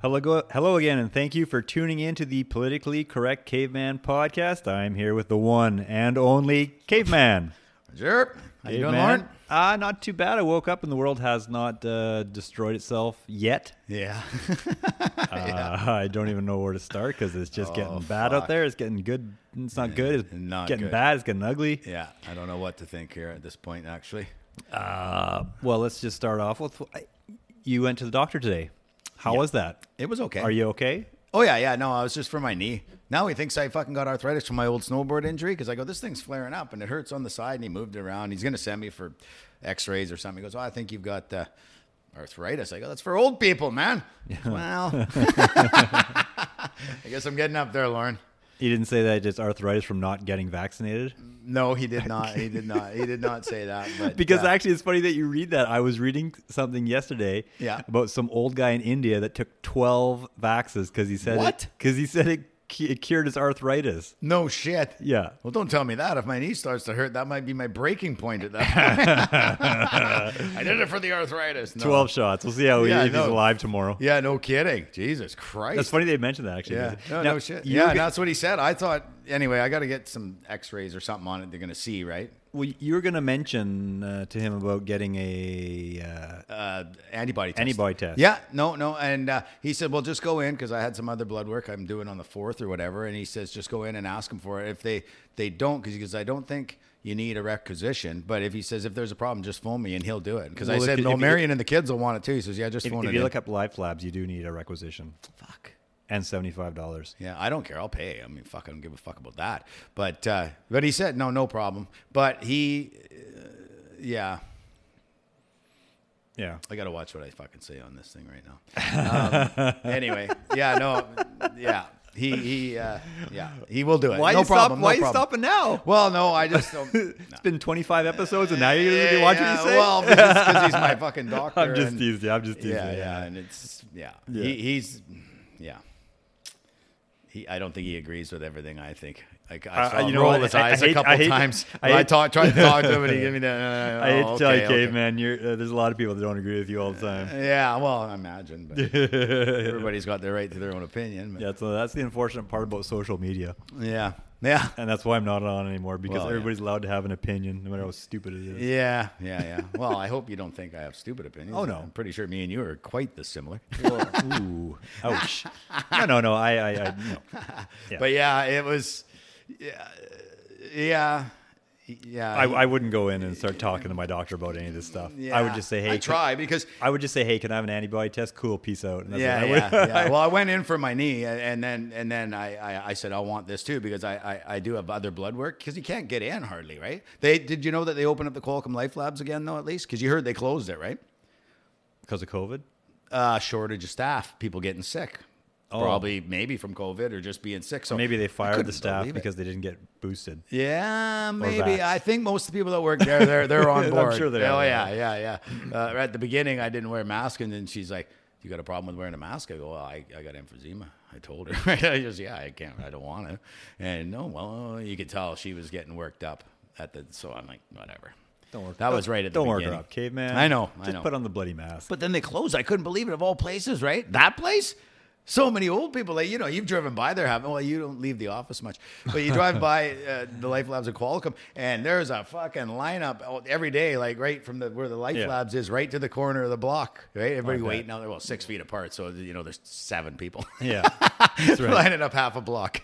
Hello, go- hello again, and thank you for tuning in to the Politically Correct Caveman podcast. I'm here with the one and only Caveman. Sure. How you doing, Lauren? Ah, not too bad. I woke up and the world has not uh, destroyed itself yet. Yeah. Uh, I don't even know where to start because it's just getting bad out Oh, fuck. there. It's getting good. It's not good. It's Not getting good. bad. It's getting ugly. yeah. I don't know what to think here at this point, actually. Uh, well, let's just start off with I- you went to the doctor today. How was that? It was okay. Are you okay? Oh yeah, yeah. No, I was just for my knee. Now he thinks I fucking got arthritis from my old snowboard injury because I go, this thing's flaring up and it hurts on the side. And he moved it around. He's gonna send me for X-rays or something. He goes, oh, I think you've got uh, arthritis. I go, that's for old people, man. Well, I guess I'm getting up there, Lauren. You didn't say that it's arthritis from not getting vaccinated? No, he did not. He did not. He did not say that. But, Because uh, actually, it's funny that you read that. I was reading something yesterday Yeah. about some old guy in India that took 12 vaxes because he said What? Because he said it, cu- it cured his arthritis. no shit. Yeah. Well, don't tell me that. If my knee starts to hurt, that might be my breaking point at that point. I did it for the arthritis. No. 12 shots. We'll see how he, Oh. Yeah, I if he's know. alive tomorrow. Yeah, no kidding. Jesus Christ. That's funny they mentioned that actually. Yeah. No, Now, no shit. you Yeah, were and go- that's what he said. I thought, anyway, I got to get some x rays or something on it. They're going to see, right? Well, you were going to mention uh, to him about getting a. Uh, Uh, antibody test. Antibody test. Yeah, no, no. And uh, he said, well, just go in because I had some other blood work I'm doing on the 4th or whatever. And he says, just go in and ask them for it. If they, they don't, because he goes, I don't think you need a requisition. But if he says, if there's a problem, just phone me and he'll do it. Because Well, I if said, you- no, if you- Marion and the kids will want it too. He says, yeah, just if, phone if it you in. look up Life Labs, you do need a requisition Fuck. and $75. Yeah, I don't care. I'll pay. I mean, fuck, I don't give a fuck about that. But uh, but he said no, no problem. But he, uh, yeah, Yeah. I gotta watch what I fucking say on this thing right now. Um, anyway, yeah, no, yeah, he he uh, yeah, he will do it. Why Uh, no you stop- problem. no why you problem. stopping now? Well, no, I just don't. It's been 25 episodes and now you're going to be Yeah, watching yeah, me say? Well, because he's my fucking doctor. I'm just and- teasing. I'm just teasing. yeah, yeah, and it's yeah. Yeah. He, he's yeah. He, I don't think he agrees with everything I think. Like I I- saw Uh, you him know roll what? his I- I eyes hate- a couple I hate- times. I I, hate- talk, tried to talk to him, and he gave me that. uh, I hate oh, to tell you, okay, okay. caveman, you're, uh, there's a lot of people that don't agree with you all the time. Yeah, well, I imagine, but everybody's got their right to their own opinion. But Yeah, so that's the unfortunate part about social media. yeah, yeah, And that's why I'm not on anymore because Well, yeah. everybody's allowed to have an opinion, no matter how stupid it is. yeah, yeah, yeah. Well, I hope you don't think I have stupid opinions. Oh, no. I'm pretty sure me and you are quite dissimilar. Ooh, ouch. No, no, no. I, I, I no. Yeah. But yeah, it was, yeah, yeah, yeah. I, I wouldn't go in and start talking to my doctor about any of this stuff. I would Yeah. just say, hey, I try because I would just say, hey, can I have an antibody test? Cool, peace out. And that's it. yeah, I yeah, would- yeah. Well, I went in for my knee, and, and then and then I, I, I said I want this too because I, I, I do have other blood work because you can't get in hardly, right? They did you know that they opened up the Qualcomm Life Labs again though at least because you heard they closed it, right? Because of COVID? Uh, shortage of staff, people getting sick, Oh. probably maybe from COVID or just being sick. So Maybe they fired the couldn't staff believe it. because they didn't get boosted. Yeah, vax. maybe. I think most of the people that work there, they're they're on I'm board. sure they oh, are, yeah, yeah, yeah. Uh, at the beginning, I didn't wear a mask, and then she's like, "You got a problem with wearing a mask?" I go, "Well, I, I got emphysema." I told her. I just, yeah, I can't. I don't want to. And no, well, you could tell she was getting worked up at the. So I'm like, whatever. Don't work. That was right at the Don't work her beginning. up, caveman. I know, I Just know. put on the bloody mask. But then they closed. I couldn't believe it. Of all places, right? That place. So many old people. Like, you know, you've driven by there, haven't? Well, you don't leave the office much, but you drive by uh, the Life Labs at Qualcomm, and there's a fucking lineup out every day, like right from the where the Life Yeah. Labs is, right to the corner of the block. Right, everybody bet. waiting out there. Well, six feet apart, so you know there's seven people yeah. That's right. lining up half a block.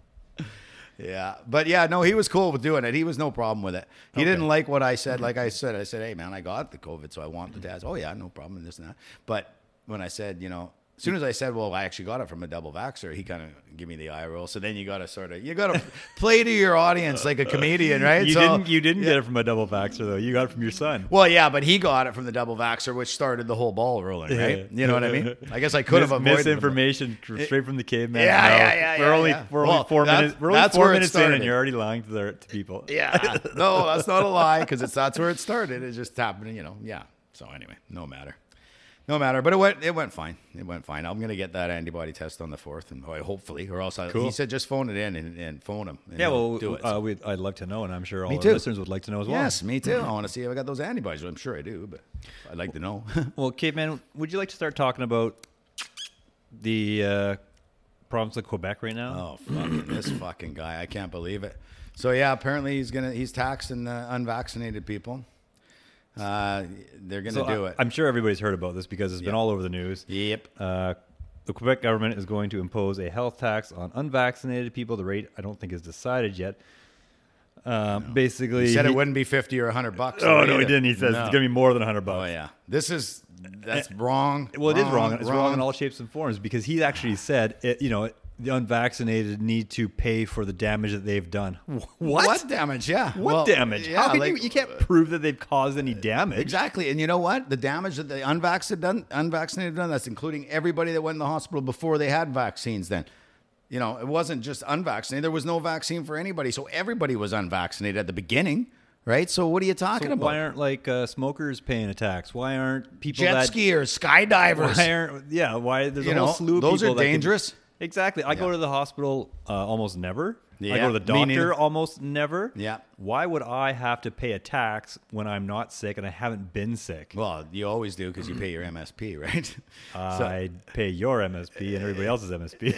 yeah, but yeah, no, he was cool with doing it. He was no problem with it. He didn't like what I said. Like I said, I said, "Hey, man, I got the COVID, so I want the test." Oh yeah, no problem, and this and that. But when I said, you know. As soon as I said, "Well, I actually got it from a double vaxxer," he kind of gave me the eye roll. So then you got to sort of you got to play to your audience like a comedian, right? You So- didn't. You didn't get it from a double vaxxer though. You got it from your son. well, yeah, but he got it from the double vaxxer, which started the whole ball rolling, right? Yeah. You know what I mean? I guess I could have Mis- avoided it, but- misinformation tr- straight from the caveman. Yeah, mouth. yeah, yeah, We're yeah, only yeah. we're Well, only four that's- minutes. We're only that's four where it minutes in, and started. you're already lying to, the, to people. Yeah. No, that's not a lie because it's that's where it started. It just happened, you know. Yeah. So anyway, no matter, no matter. But it went it went fine. It went fine. I'm gonna get that antibody test on the fourth, and ho- hopefully, or else I, Cool. he said just phone it in and, and phone him. and Yeah, he'll well, do it. uh, we'd, I'd love to know, and I'm sure all Me our too. listeners would like to know as well. yes, me too. I want to see if I got those antibodies. I'm sure I do, but I'd like to know. Well, caveman, would you like to start talking about the uh, province of Quebec right now. Oh, fucking this fucking guy! I can't believe it. So yeah, apparently he's gonna he's taxing the unvaccinated people. Uh, they're gonna So do I, it. am sure everybody's heard about this because it's been Yeah. all over the news. yep. Uh, the Quebec government is going to impose a health tax on unvaccinated people. The rate I don't think is decided yet. Um, Basically, He said he- it wouldn't be fifty or hundred bucks. Oh no, either. he didn't. He says No. it's gonna be more than 100 bucks. Oh yeah, Eh, this is that's wrong. Well, it is wrong. It's wrong. in all shapes and forms because he actually said, it, you know, the unvaccinated need to pay for the damage that they've done. What? What, What damage? Yeah. Well, damage? Yeah, How can like- uh, you? You can't prove that they've caused any damage. Exactly. And you know what? The damage that the unvaccinated done, unvaccinated done, that's including everybody that went in the hospital before they had vaccines then. You know, it wasn't just unvaccinated. There was no vaccine for anybody. So everybody was unvaccinated at the beginning, right? So what are you talking about? Why aren't like uh, smokers paying a tax? Why aren't people Jet that skiers, Why skydivers. aren't, yeah, why there's You a whole know, slew of those people are that can- dangerous. exactly. I go to the hospital uh, almost never. I Yeah, go to the me neither. doctor almost never. Yeah. Why would I have to pay a tax when I'm not sick and I haven't been sick? Well, you always do because you pay your MSP, right? I pay your MSP and everybody else's MSP.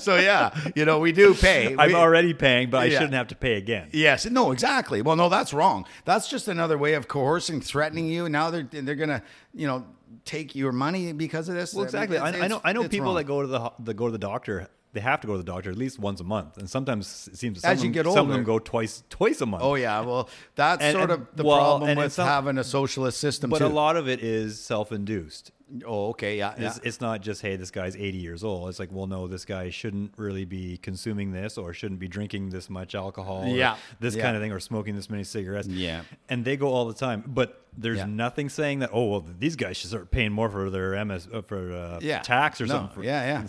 so yeah, you know, we do pay. I'm We- already paying, but I Yeah. shouldn't have to pay again. Yes. No. Exactly. Well, no, that's wrong. That's just another way of coercing, threatening you. Now they're they're gonna, you know, take your money because of this. Well, exactly. I, I know. I know people that like go to the ho- that go to the doctor. They have to go to the doctor at least once a month, and sometimes it seems some As of them- you get some of them go older. twice twice a month. Oh yeah. Well, that's And- sort and- of the well, problem and with it's not- having a socialist system but a too. lot of it is self-induced. oh, okay. Yeah. yeah. It's, it's not just hey, this guy's 80 years old. It's like, well, no, this guy shouldn't really be consuming this, or shouldn't be drinking this much alcohol, or Yeah. this Yeah. kind of thing, or smoking this many cigarettes. Yeah. and they go all the time. But there's Yeah. nothing saying that. Oh well, these guys should start paying more for their MS uh, for uh, yeah. tax or No, something. for- yeah, yeah.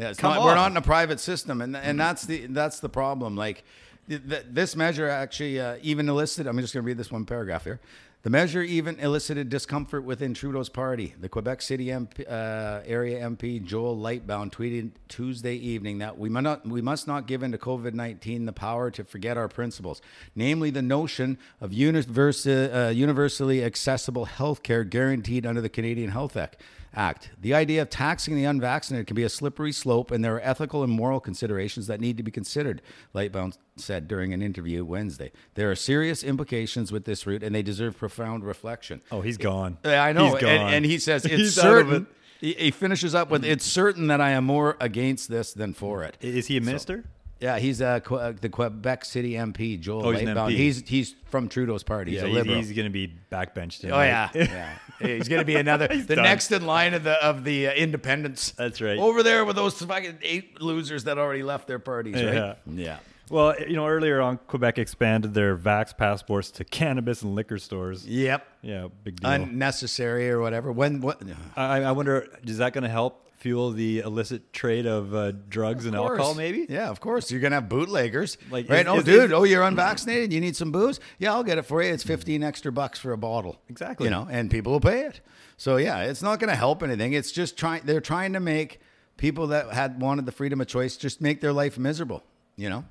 Yeah, it's Come not, we're on. not in a private system, and and that's the that's the problem. Like th- th- this measure actually uh, even elicited. I'm just going to read this one paragraph here. The measure even elicited discomfort within Trudeau's party. The Quebec City MP, uh, area MP Joel Lightbound tweeted Tuesday evening that we must not we must not give in to COVID 19 the power to forget our principles, namely the notion of universe, uh, universally accessible health care guaranteed under the Canadian Health Act. Act. The idea of taxing the unvaccinated can be a slippery slope, and there are ethical and moral considerations that need to be considered, Lightbound said during an interview Wednesday. There are serious implications with this route, and they deserve profound reflection. Oh, he's gone. Yeah, I know. He's And, gone. and he says it's He's out of certain. it. He, he finishes up with it's certain that I am more against this than for it. Is he a minister? Yeah, he's uh, Que- uh, the Quebec City MP Joel Oh, he's an Lightbound. MP. He's he's from Trudeau's party. He's yeah, a he's, liberal. he's going to be backbenched. in, Oh right? yeah, yeah. He's gonna be another the done. next in line of the of the uh, independents. That's right. Over there with those fucking eight losers that already left their parties. Yeah. Right? Yeah. Well, you know, earlier on, Quebec expanded their vax passports to cannabis and liquor stores. Yep. Yeah, big deal. Unnecessary or whatever. When what? Of I, I wonder, is that going to help fuel the illicit trade of uh, drugs and course. alcohol? Maybe. Yeah, of course. You're gonna have bootleggers. Like, Like, right? is- oh, is- dude. oh, you're unvaccinated. You need some booze. Yeah, I'll get it for you. It's 15 extra bucks for a bottle. Exactly. You know, and people will pay it. So yeah, it's not gonna help anything. It's just trying. They're trying to make people that had wanted the freedom of choice just make their life miserable. You know.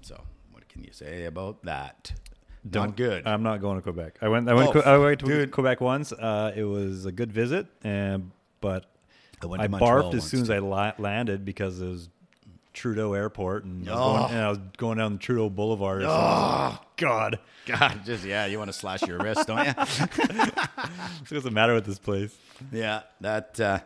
So what can you say about that? not good. I'm not uh, going to Quebec. I went. I went. Oh, to, I went to dude. Quebec once. Uh, it was a good visit, and but I went I to barfed Montreal as once, soon as I la- landed because it was Trudeau Airport, and, I, was Oh. going, and I was going down Trudeau Boulevard. Or oh God! God, just yeah, you want to slash your wrist, don't you? It doesn't matter with this place. Yeah, that. Uh,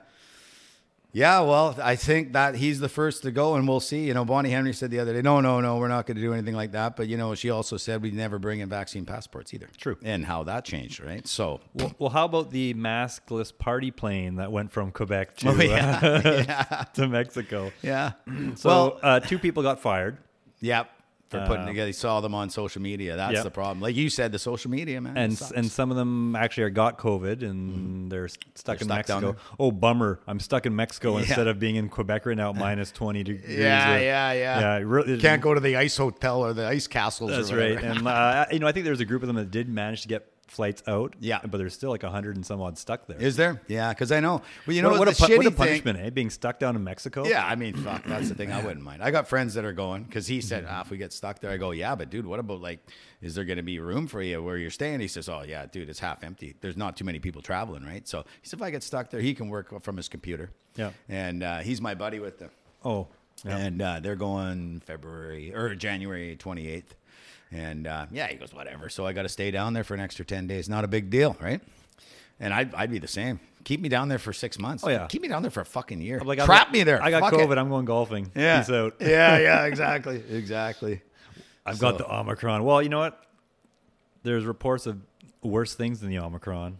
yeah, well, I think that he's the first to go, and we'll see. You know, Bonnie Henry said the other day, no, no, no, we're not going to do anything like that. But you know, she also said we never bring in vaccine passports either. True. And how that changed, right? So. Well, well, how about the maskless party plane that went from Quebec to Oh, yeah, uh, to Mexico? Yeah. So well, uh, two people got fired, yep. For putting together, you saw them on social media. That's yep. the problem. Like you said, the social media man. it and sucks. Mm-hmm. and some of them actually are got COVID, and they're s- stuck in stuck down Mexico. Oh, bummer! I'm stuck in Mexico instead of being in Quebec right now, at minus twenty degrees. yeah, or- yeah, yeah, Yeah, it really, Can't go to the ice hotel or the ice castles. That's or whatever. right. And uh, you know, I think there was a group of them that did manage to get flights out. Yeah. But there's still like a hundred and some odd stuck there. Is there? Yeah, because I know. Well, you know what, what, what the a, pu- shitty what a thing- punishment, eh? Being stuck down in Mexico. Yeah, I mean, fuck, that's the thing. I wouldn't mind. I got friends that are going because he said, Mm-hmm. ah, if we get stuck there, I go, yeah, but dude, what about like, is there going to be room for you where you're staying? He says, oh yeah, dude, it's half empty. There's not too many people traveling, right? So he said, if I get stuck there, he can work from his computer. Yeah. and uh, he's my buddy with the Oh. Yeah. and uh, they're going February or January 28th. And uh, yeah, he goes, whatever. So I got to stay down there for an extra 10 days. Not a big deal, right? And I'd, I'd be the same. Keep me down there for six months. Oh, yeah. Keep me down there for a fucking year. I'm I Trap got- me there. I got Fuck it. COVID. I'm going golfing. Yeah. Peace out. yeah, yeah, exactly. Exactly. I've So- got the Omicron. Well, you know what? There's reports of worse things than the Omicron.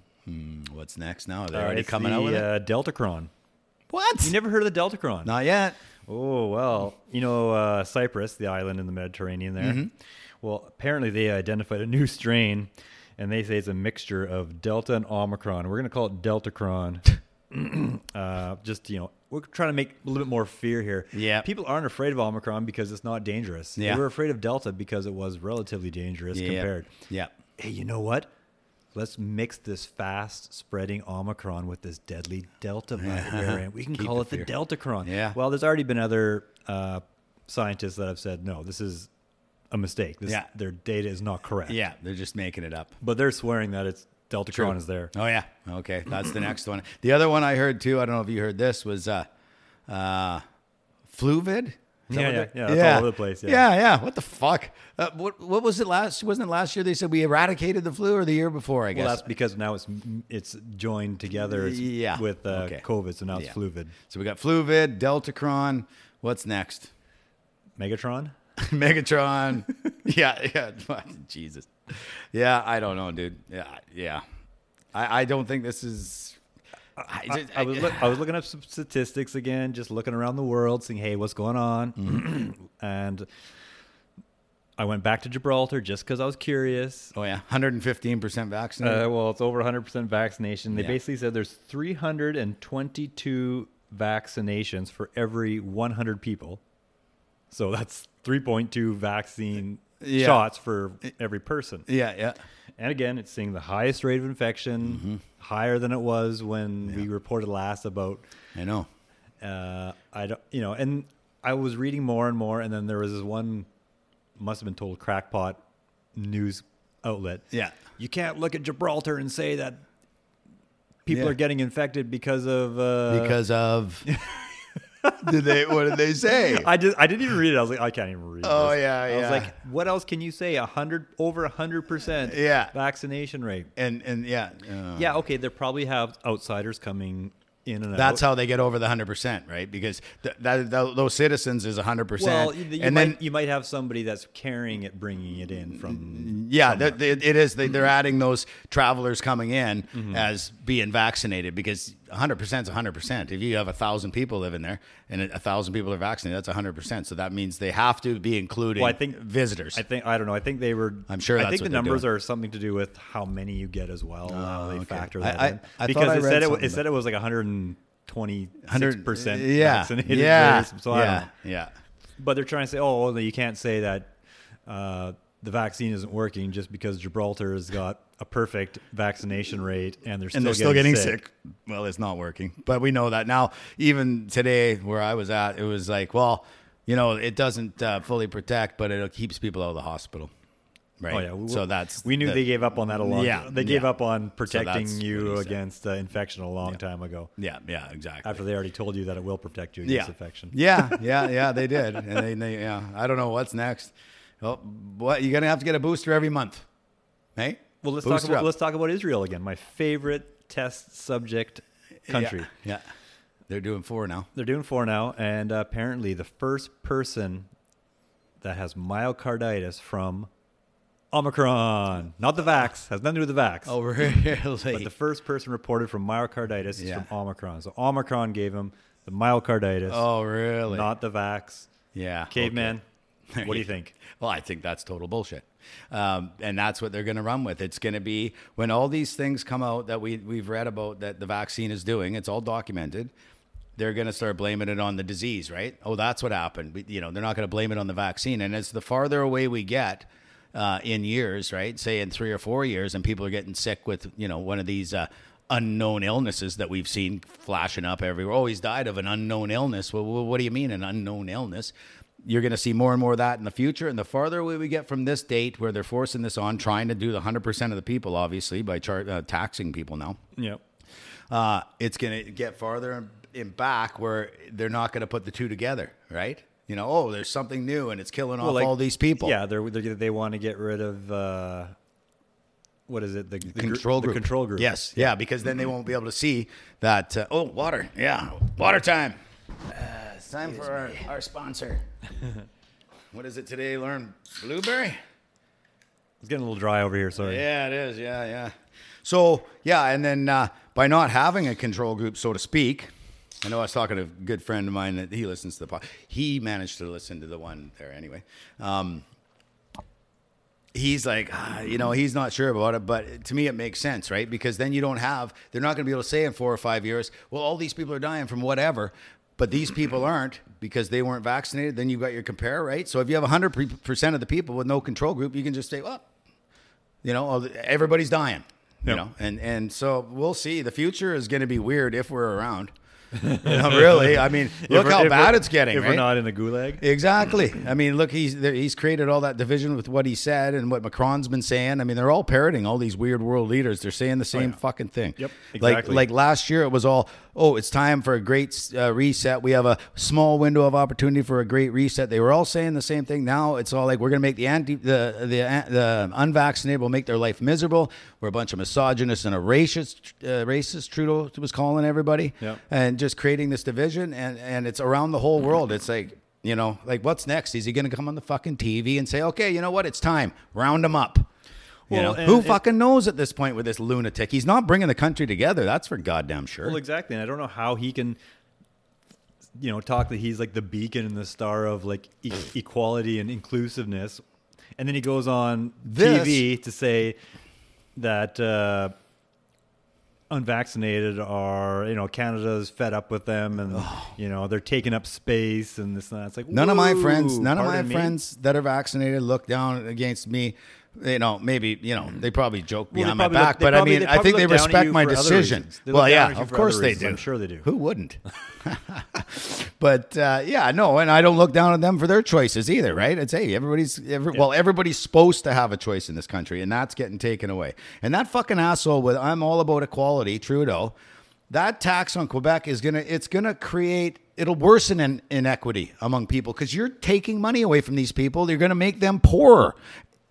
What's next now? Are they Uh, already it's coming the, out with it? uh, Deltacron. What? You never heard of the Deltacron? Not yet. Oh well, you know uh, Cyprus, the island in the Mediterranean there. Well, apparently they identified a new strain, and they say it's a mixture of Delta and Omicron. We're gonna call it Deltacron. uh, just you know, we're trying to make a little bit more fear here. Yeah. people aren't afraid of Omicron because it's not dangerous. Yeah. they were afraid of Delta because it was relatively dangerous Yeah. compared. Yeah. Hey, you know what? Let's mix this fast spreading Omicron with this deadly Delta variant. We can Keep call the it the fear. Deltacron. Yeah. Well, there's already been other uh, scientists that have said, no, this is a mistake. This, Yeah. Their data is not correct. Yeah. They're just making it up. But they're swearing that it's Deltacron True. is there. Oh yeah. Okay, that's the next one. The other one I heard too. I don't know if you heard this was uh, uh, Fluvid. Is that Yeah, what yeah, they're- yeah, that's all over the place, yeah. yeah, yeah. What the fuck? Uh, what what was it last? Wasn't it last year they said we eradicated the flu, or the year before? I guess. Well, that's because now it's it's joined together it's Yeah. with uh, Okay. COVID, so now it's Yeah. Fluvid. so we got Fluvid, Deltacron. What's next? Megatron? Megatron. yeah, yeah. Jesus. Yeah, I don't know, dude. Yeah, yeah. I, I don't think this is. I, I, I was look, I was looking up some statistics again, just looking around the world, seeing hey, what's going on, and I went back to Gibraltar just because I was curious. Oh yeah, 115 percent vaccinated. Uh, well, it's over 100% vaccination. They Yeah. basically said there's 322 vaccinations for every 100 people, so that's 3.2 vaccine Yeah. shots for every person. Yeah, yeah. And again, it's seeing the highest rate of infection, higher than it was when we reported last about I know. uh, I don't, you know, and I was reading more and more, and then there was this one, must have been told crackpot news outlet. Yeah. you can't look at Gibraltar and say that people Yeah. are getting infected because of uh, Because of did they what did they say? I just I didn't even read it. I was like, I can't even read. Oh, this. yeah, I was yeah. like, what else can you say? A hundred over a hundred percent. Yeah. vaccination rate. and and yeah. uh, Yeah, okay. They probably have outsiders coming in and out. That's how they get over the 100%, right? Because th- that, th- those citizens is 100%. Well, you, you and might, then you might have somebody that's carrying it, bringing it in from. Yeah, th- th- it is. They, Mm-hmm. they're adding those travelers coming in as being vaccinated because 100% is 100%. If you have a 1,000 people living there and a 1,000 people are vaccinated, that's 100%. So that means they have to be including Well, I think- visitors. I think I don't know. I think they were. I'm sure I that's think what the they're numbers doing. Oh, are something to do with how many you get as well. how they okay. factor I- that I- in. I thought because I it read said it, wa- something Uh, it said it was like 126 percent yeah, vaccinated. Yeah, rates, so I don't yeah, know. yeah. But they're trying to say, oh, well, you can't say that uh, the vaccine isn't working just because Gibraltar has got a perfect vaccination rate and they're still, and they're still getting sick. Well, it's not working, but we know that now. Even today, where I was at, it was like, well, you know, it doesn't uh, fully protect, but it keeps people out of the hospital, right? Oh yeah, we- so that's we knew the- they gave up on that a long. Yeah, they gave yeah. up on protecting that's what you he said. against uh, infection a long time ago. Yeah, yeah, exactly. After they already told you that it will protect you yeah. against infection. yeah, yeah, yeah, they did, and they, they, yeah, I don't know what's next. Well, what you're gonna have to get a booster every month, hey? Well, let's Booster talk about up. let's talk about Israel again. My favorite test subject country. Yeah, yeah. they're doing four now. They're doing four now, and uh, apparently the first person that has myocarditis from Omicron, not the vax, has nothing to do with the vax. Oh, really? But the first person reported from myocarditis Yeah. is from Omicron. So Omicron gave him the myocarditis, oh, really? not the vax. yeah, Caveman, okay. what do you think? Well, I think that's total bullshit. Um, and that's what they're going to run with. It's going to be when all these things come out that we, we've read about that the vaccine is doing, it's all documented. They're going to start blaming it on the disease, right? Oh, that's what happened. We, you know, they're not going to blame it on the vaccine. And as the farther away we get, uh, in years, right? Say in three or four years, and people are getting sick with you know one of these. Uh, unknown illnesses that we've seen flashing up everywhere. Oh, he's died of an unknown illness. Well, well, what do you mean an unknown illness? You're going to see more and more of that in the future. And the farther away we get from this date where they're forcing this on, trying to do the 100% of the people, obviously, by char- uh, taxing people now, Yep. uh, it's going to get farther and, and back where they're not going to put the two together, right? You know, oh, there's something new and it's killing off all these people. Yeah, they're, they're they want to get rid of uh, what is it? The, the gr- control the group. control group. Yes, yeah, because then they won't be able to see that. Uh, oh, water. Yeah, water time. Uh, it's time for our, our sponsor. what is it today? Learn blueberry. It's getting a little dry over here. Sorry. Yeah, it is. Yeah, yeah. So yeah, and then uh, by not having a control group, so to speak, I know I was talking to a good friend of mine that he listens to the pod. He managed to listen to the one there anyway. Um, he's like, ah, you know, he's not sure about it, but to me, it makes sense, right? Because then you don't have, they're not going to be able to say in four or five years, well, all these people are dying from whatever, but these people aren't because they weren't vaccinated. Then you've got your compare, right? So if you have 100% of the people with no control group, you can just say, well, you know, all the- everybody's dying, you Yep. know, and, and so we'll see. The future is going to be weird if we're around. You know, really, I mean, If look we're- how if bad we're- it's getting. If right? we're not in a gulag. Exactly. I mean, look, he's there, he's created all that division with what he said and what Macron's been saying. I mean, they're all parroting all these weird world leaders. They're saying the same Oh, yeah. fucking thing. Yep, Like exactly. like last year, it was all, oh, it's time for a great uh, reset. We have a small window of opportunity for a great reset. They were all saying the same thing. Now it's all like we're going to make the anti the the the unvaccinated will make their life miserable. We're a bunch of misogynists and a racist uh, racist. Trudeau was calling everybody Yep. and just creating this division and and it's around the whole world it's like you know like what's next is he going to come on the fucking tv and say okay you know what it's time round them up you Well, know and who it- fucking knows at this point with this lunatic he's not bringing the country together that's for goddamn sure Well, exactly. And I don't know how he can, you know, talk that he's like the beacon and the star of like e- equality and inclusiveness, and then he goes on TV to say that uh, unvaccinated are, you know, Canada's fed up with them, and you know they're taking up space and this and that. It's like None of my friends, whoa, none of my pardon me? friends that are vaccinated look down against me. You know, maybe you know they probably joke Well, they behind probably my look- back, they but probably- I they mean, I probably think they look down at respect you my for other decision. reasons. They look Well, down yeah, at you of for course other they do. reasons. I'm sure they do. Who wouldn't? but uh, yeah, no, and I don't look down on them for their choices either, right? It's hey, everybody's every, well, everybody's supposed to have a choice in this country, and that's getting taken away. And that fucking asshole with "I'm all about equality," Trudeau, that tax on Quebec is gonna it's gonna create it'll worsen in, inequity among people because you're taking money away from these people. You're gonna make them poorer.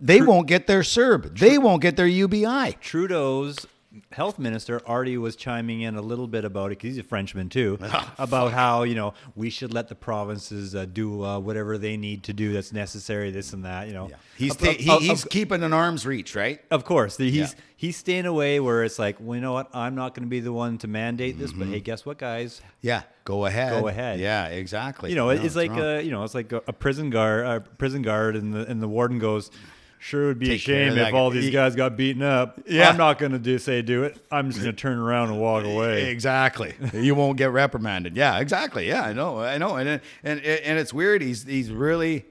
They won't get their SERB. They won't get their UBI. Trudeau's health minister already was chiming in a little bit about it because he's a Frenchman too, Ah, about how you know we should let the provinces uh, do uh, whatever they need to do that's necessary, this and that. You know, He's Of- ta- of- he, of- he's of, keeping an arm's reach, right? of course he's Yeah. he's staying away where it's like, well, you know what, I'm not going to be the one to mandate this, but hey, Mm-hmm. guess what, guys? Yeah, go ahead. Go ahead. Yeah, exactly. You know, No, it it's like wrong. uh, you know, it's like a, a prison guard, a prison guard, and the and the warden goes. Sure would be Take a care of shame that if all guy." these guys got beaten up. Yeah. I'm not going to do say do it. I'm just going to turn around and walk away. Exactly. you won't get reprimanded. Yeah, exactly. Yeah, I know. I know. And it- and it- and it's weird. He's he's really,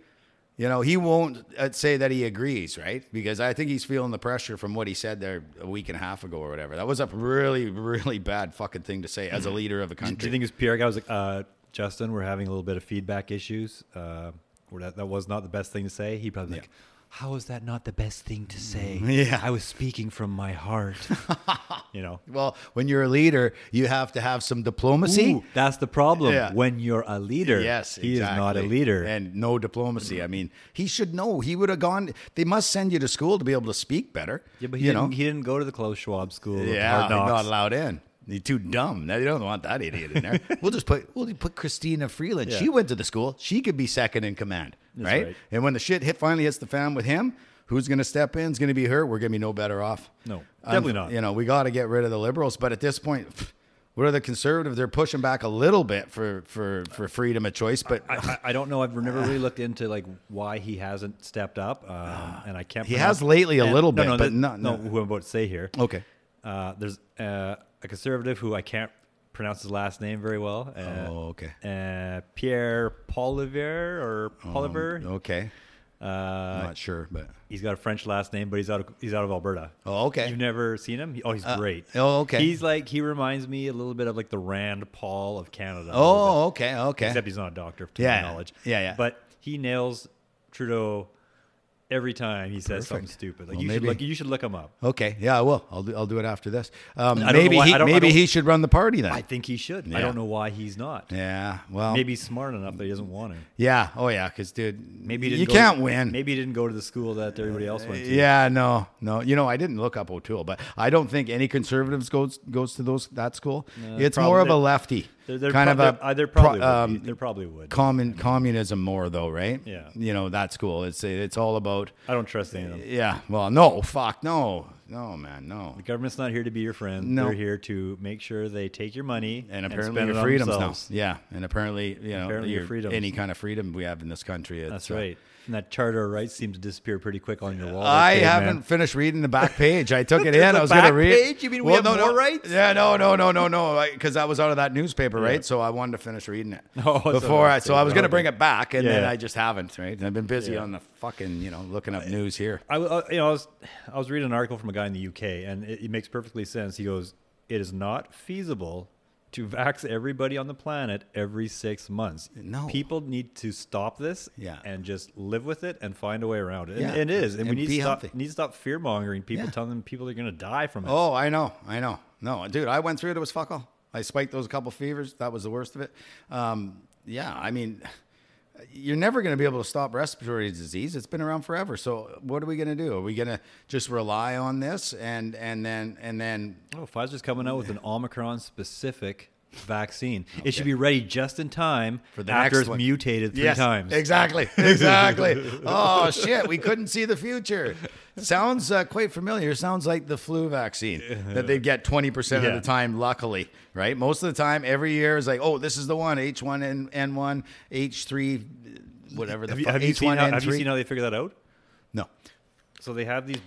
you know, he won't uh, say that he agrees, right? Because I think he's feeling the pressure from what he said there a week and a half ago or whatever. That was a really really bad fucking thing to say as a leader of a Do country. you think his PR guy was like, uh, Justin, we're having a little bit of feedback issues. Uh, or that, that was not the best thing to say. He probably like, how is that not the best thing to say? Mm, Yeah. I was speaking from my heart. you know, well, when you're a leader, you have to have some diplomacy. Ooh, that's the problem. Yeah. When you're a leader, Yes, he is not a exactly. leader. and no diplomacy. I mean, he should know. He would have gone. They must send you to school to be able to speak better. yeah, but he, you didn't, know, he didn't go to the Klaus Schwab school. of yeah, hard you're not knocks. allowed in. You're too dumb. Now, They don't want that idiot in there. we'll just put we'll just put Christina Freeland. Yeah. She went to the school. She could be second in command, That's right? right. And when the shit hit finally hits the fan with him, who's going to step in? Is going to be her. We're going to be no better off. No, Um, definitely not. You know, we got to get rid of the liberals. But at this point, what are the conservatives? They're pushing back a little bit for for for freedom of choice, but. I, I, I don't know. I've never really looked into like why he hasn't stepped up, um, and I can't. Ah. He pronounce- has lately a and- little no, bit, no, but th- not- no. no. Who I'm about to say here. Okay. Uh, there's uh, a conservative who I can't pronounce his last name very well. Uh, Oh, okay. Um, Uh, Pierre Polivier or Poliver. Okay. Uh, Not sure, but he's got a French last name, but he's out of, he's out of Alberta. oh, okay. You've never seen him? He- oh, he's great. oh, okay. He's like he reminds me a little bit of like the Rand Paul of Canada. a little bit. oh, okay, okay. except he's not a doctor to Yeah. my knowledge. Yeah, yeah. But he nails Trudeau every time he says something Perfect. stupid. Like Well, you should maybe- look you should look him up. okay, yeah, I will. I'll do. I'll do it after this. Um, I don't know maybe why- he, I don't- I maybe don't- he should run the party then. I think he should. Yeah. I don't know why he's not. yeah. Well. Maybe he's smart enough that he doesn't want to. Yeah. Oh yeah. Because dude, Maybe he didn't you go can't to, win. Maybe he didn't go to the school that everybody else went to. Yeah, no, no. You know, I didn't look up O'Toole, but I don't think any conservatives goes goes to those that school. it's probably- more of a they're- lefty There, there kind prob- of there- a uh, there probably pro- would. um, be. there probably would. common communism more though, right? Yeah. you know that school. It's it's all about I don't trust any of them. yeah. Well, no, fuck, no, no, man, no. The government's not here to be your friend. No. They're here to make sure they take your money And apparently spend it your on freedoms now. themselves. Yeah, and apparently you know Apparently your your- freedoms. any kind of freedom we have in this country. It's, That's uh, right. And that Charter of Rights seems to disappear pretty quick on your wall. there, I caveman. haven't finished reading the back page. I took it There's in. a I was going to back read. page? You mean we have no, more no. rights? Yeah, no, no, no, no, no. Because I was out of that newspaper, right? So I wanted to finish reading it Oh, it's before. a I, so I was going to newspaper. bring it back, and then Yeah. I just haven't. Right? And I've been busy Yeah. on the fucking, you know, looking up news here. I, I- you know, I was I was reading an article from a guy in the UK, and it, it makes perfectly sense. He goes, "It is not feasible to vax everybody on the planet every six months. No. people need to stop this, Yeah. and just live with it and find a way around it. And, Yeah. and it is, and, And we need be to stop healthy. need to stop fear mongering people, Yeah. telling them people are going to die from it. Oh, I know, I know. No, dude, I went through it. It was fuck all. I spiked those couple fevers. That was the worst of it. Um, yeah, I mean, you're never going to be able to stop respiratory disease. It's been around forever. So what are we going to do? Are we going to just rely on this and and then and then? Oh, Pfizer's coming out with an Omicron specific vaccine. It should be ready just in time For the after next it's one. mutated three times. exactly, exactly. oh shit, we couldn't see the future. Sounds uh, quite familiar. Sounds like the flu vaccine that they get twenty percent of Yeah. the time. Luckily, right? Most of the time, every year is like, oh, this is the one H one N one H three, whatever the Have you, fuck have you H seen one how, N have you seen three. how they figure that out? No, So they have these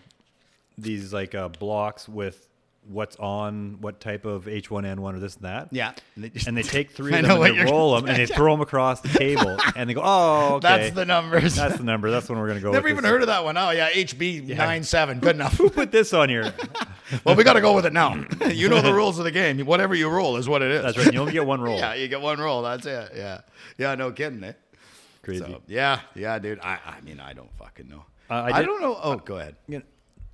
these like uh, blocks with what's on what type of H1N1 or this and that. yeah, they just- And they take three I of know them what and they you're- roll them and they throw them across the table and they go, oh, okay. That's the numbers. That's the number. That's when we're going to go. Never with even this. heard of that one. Oh yeah, HB nine seven. Good enough. Who put this on here? well, we got to go with it now. you know the rules of the game. Whatever you roll is what it is. That's right. You only get one roll. Yeah, you get one roll. That's it. Yeah, yeah. No kidding, eh? Crazy. So, yeah, yeah, dude. I, I mean, I don't fucking know. Uh, I I, did- don't know. Oh, go ahead. You know,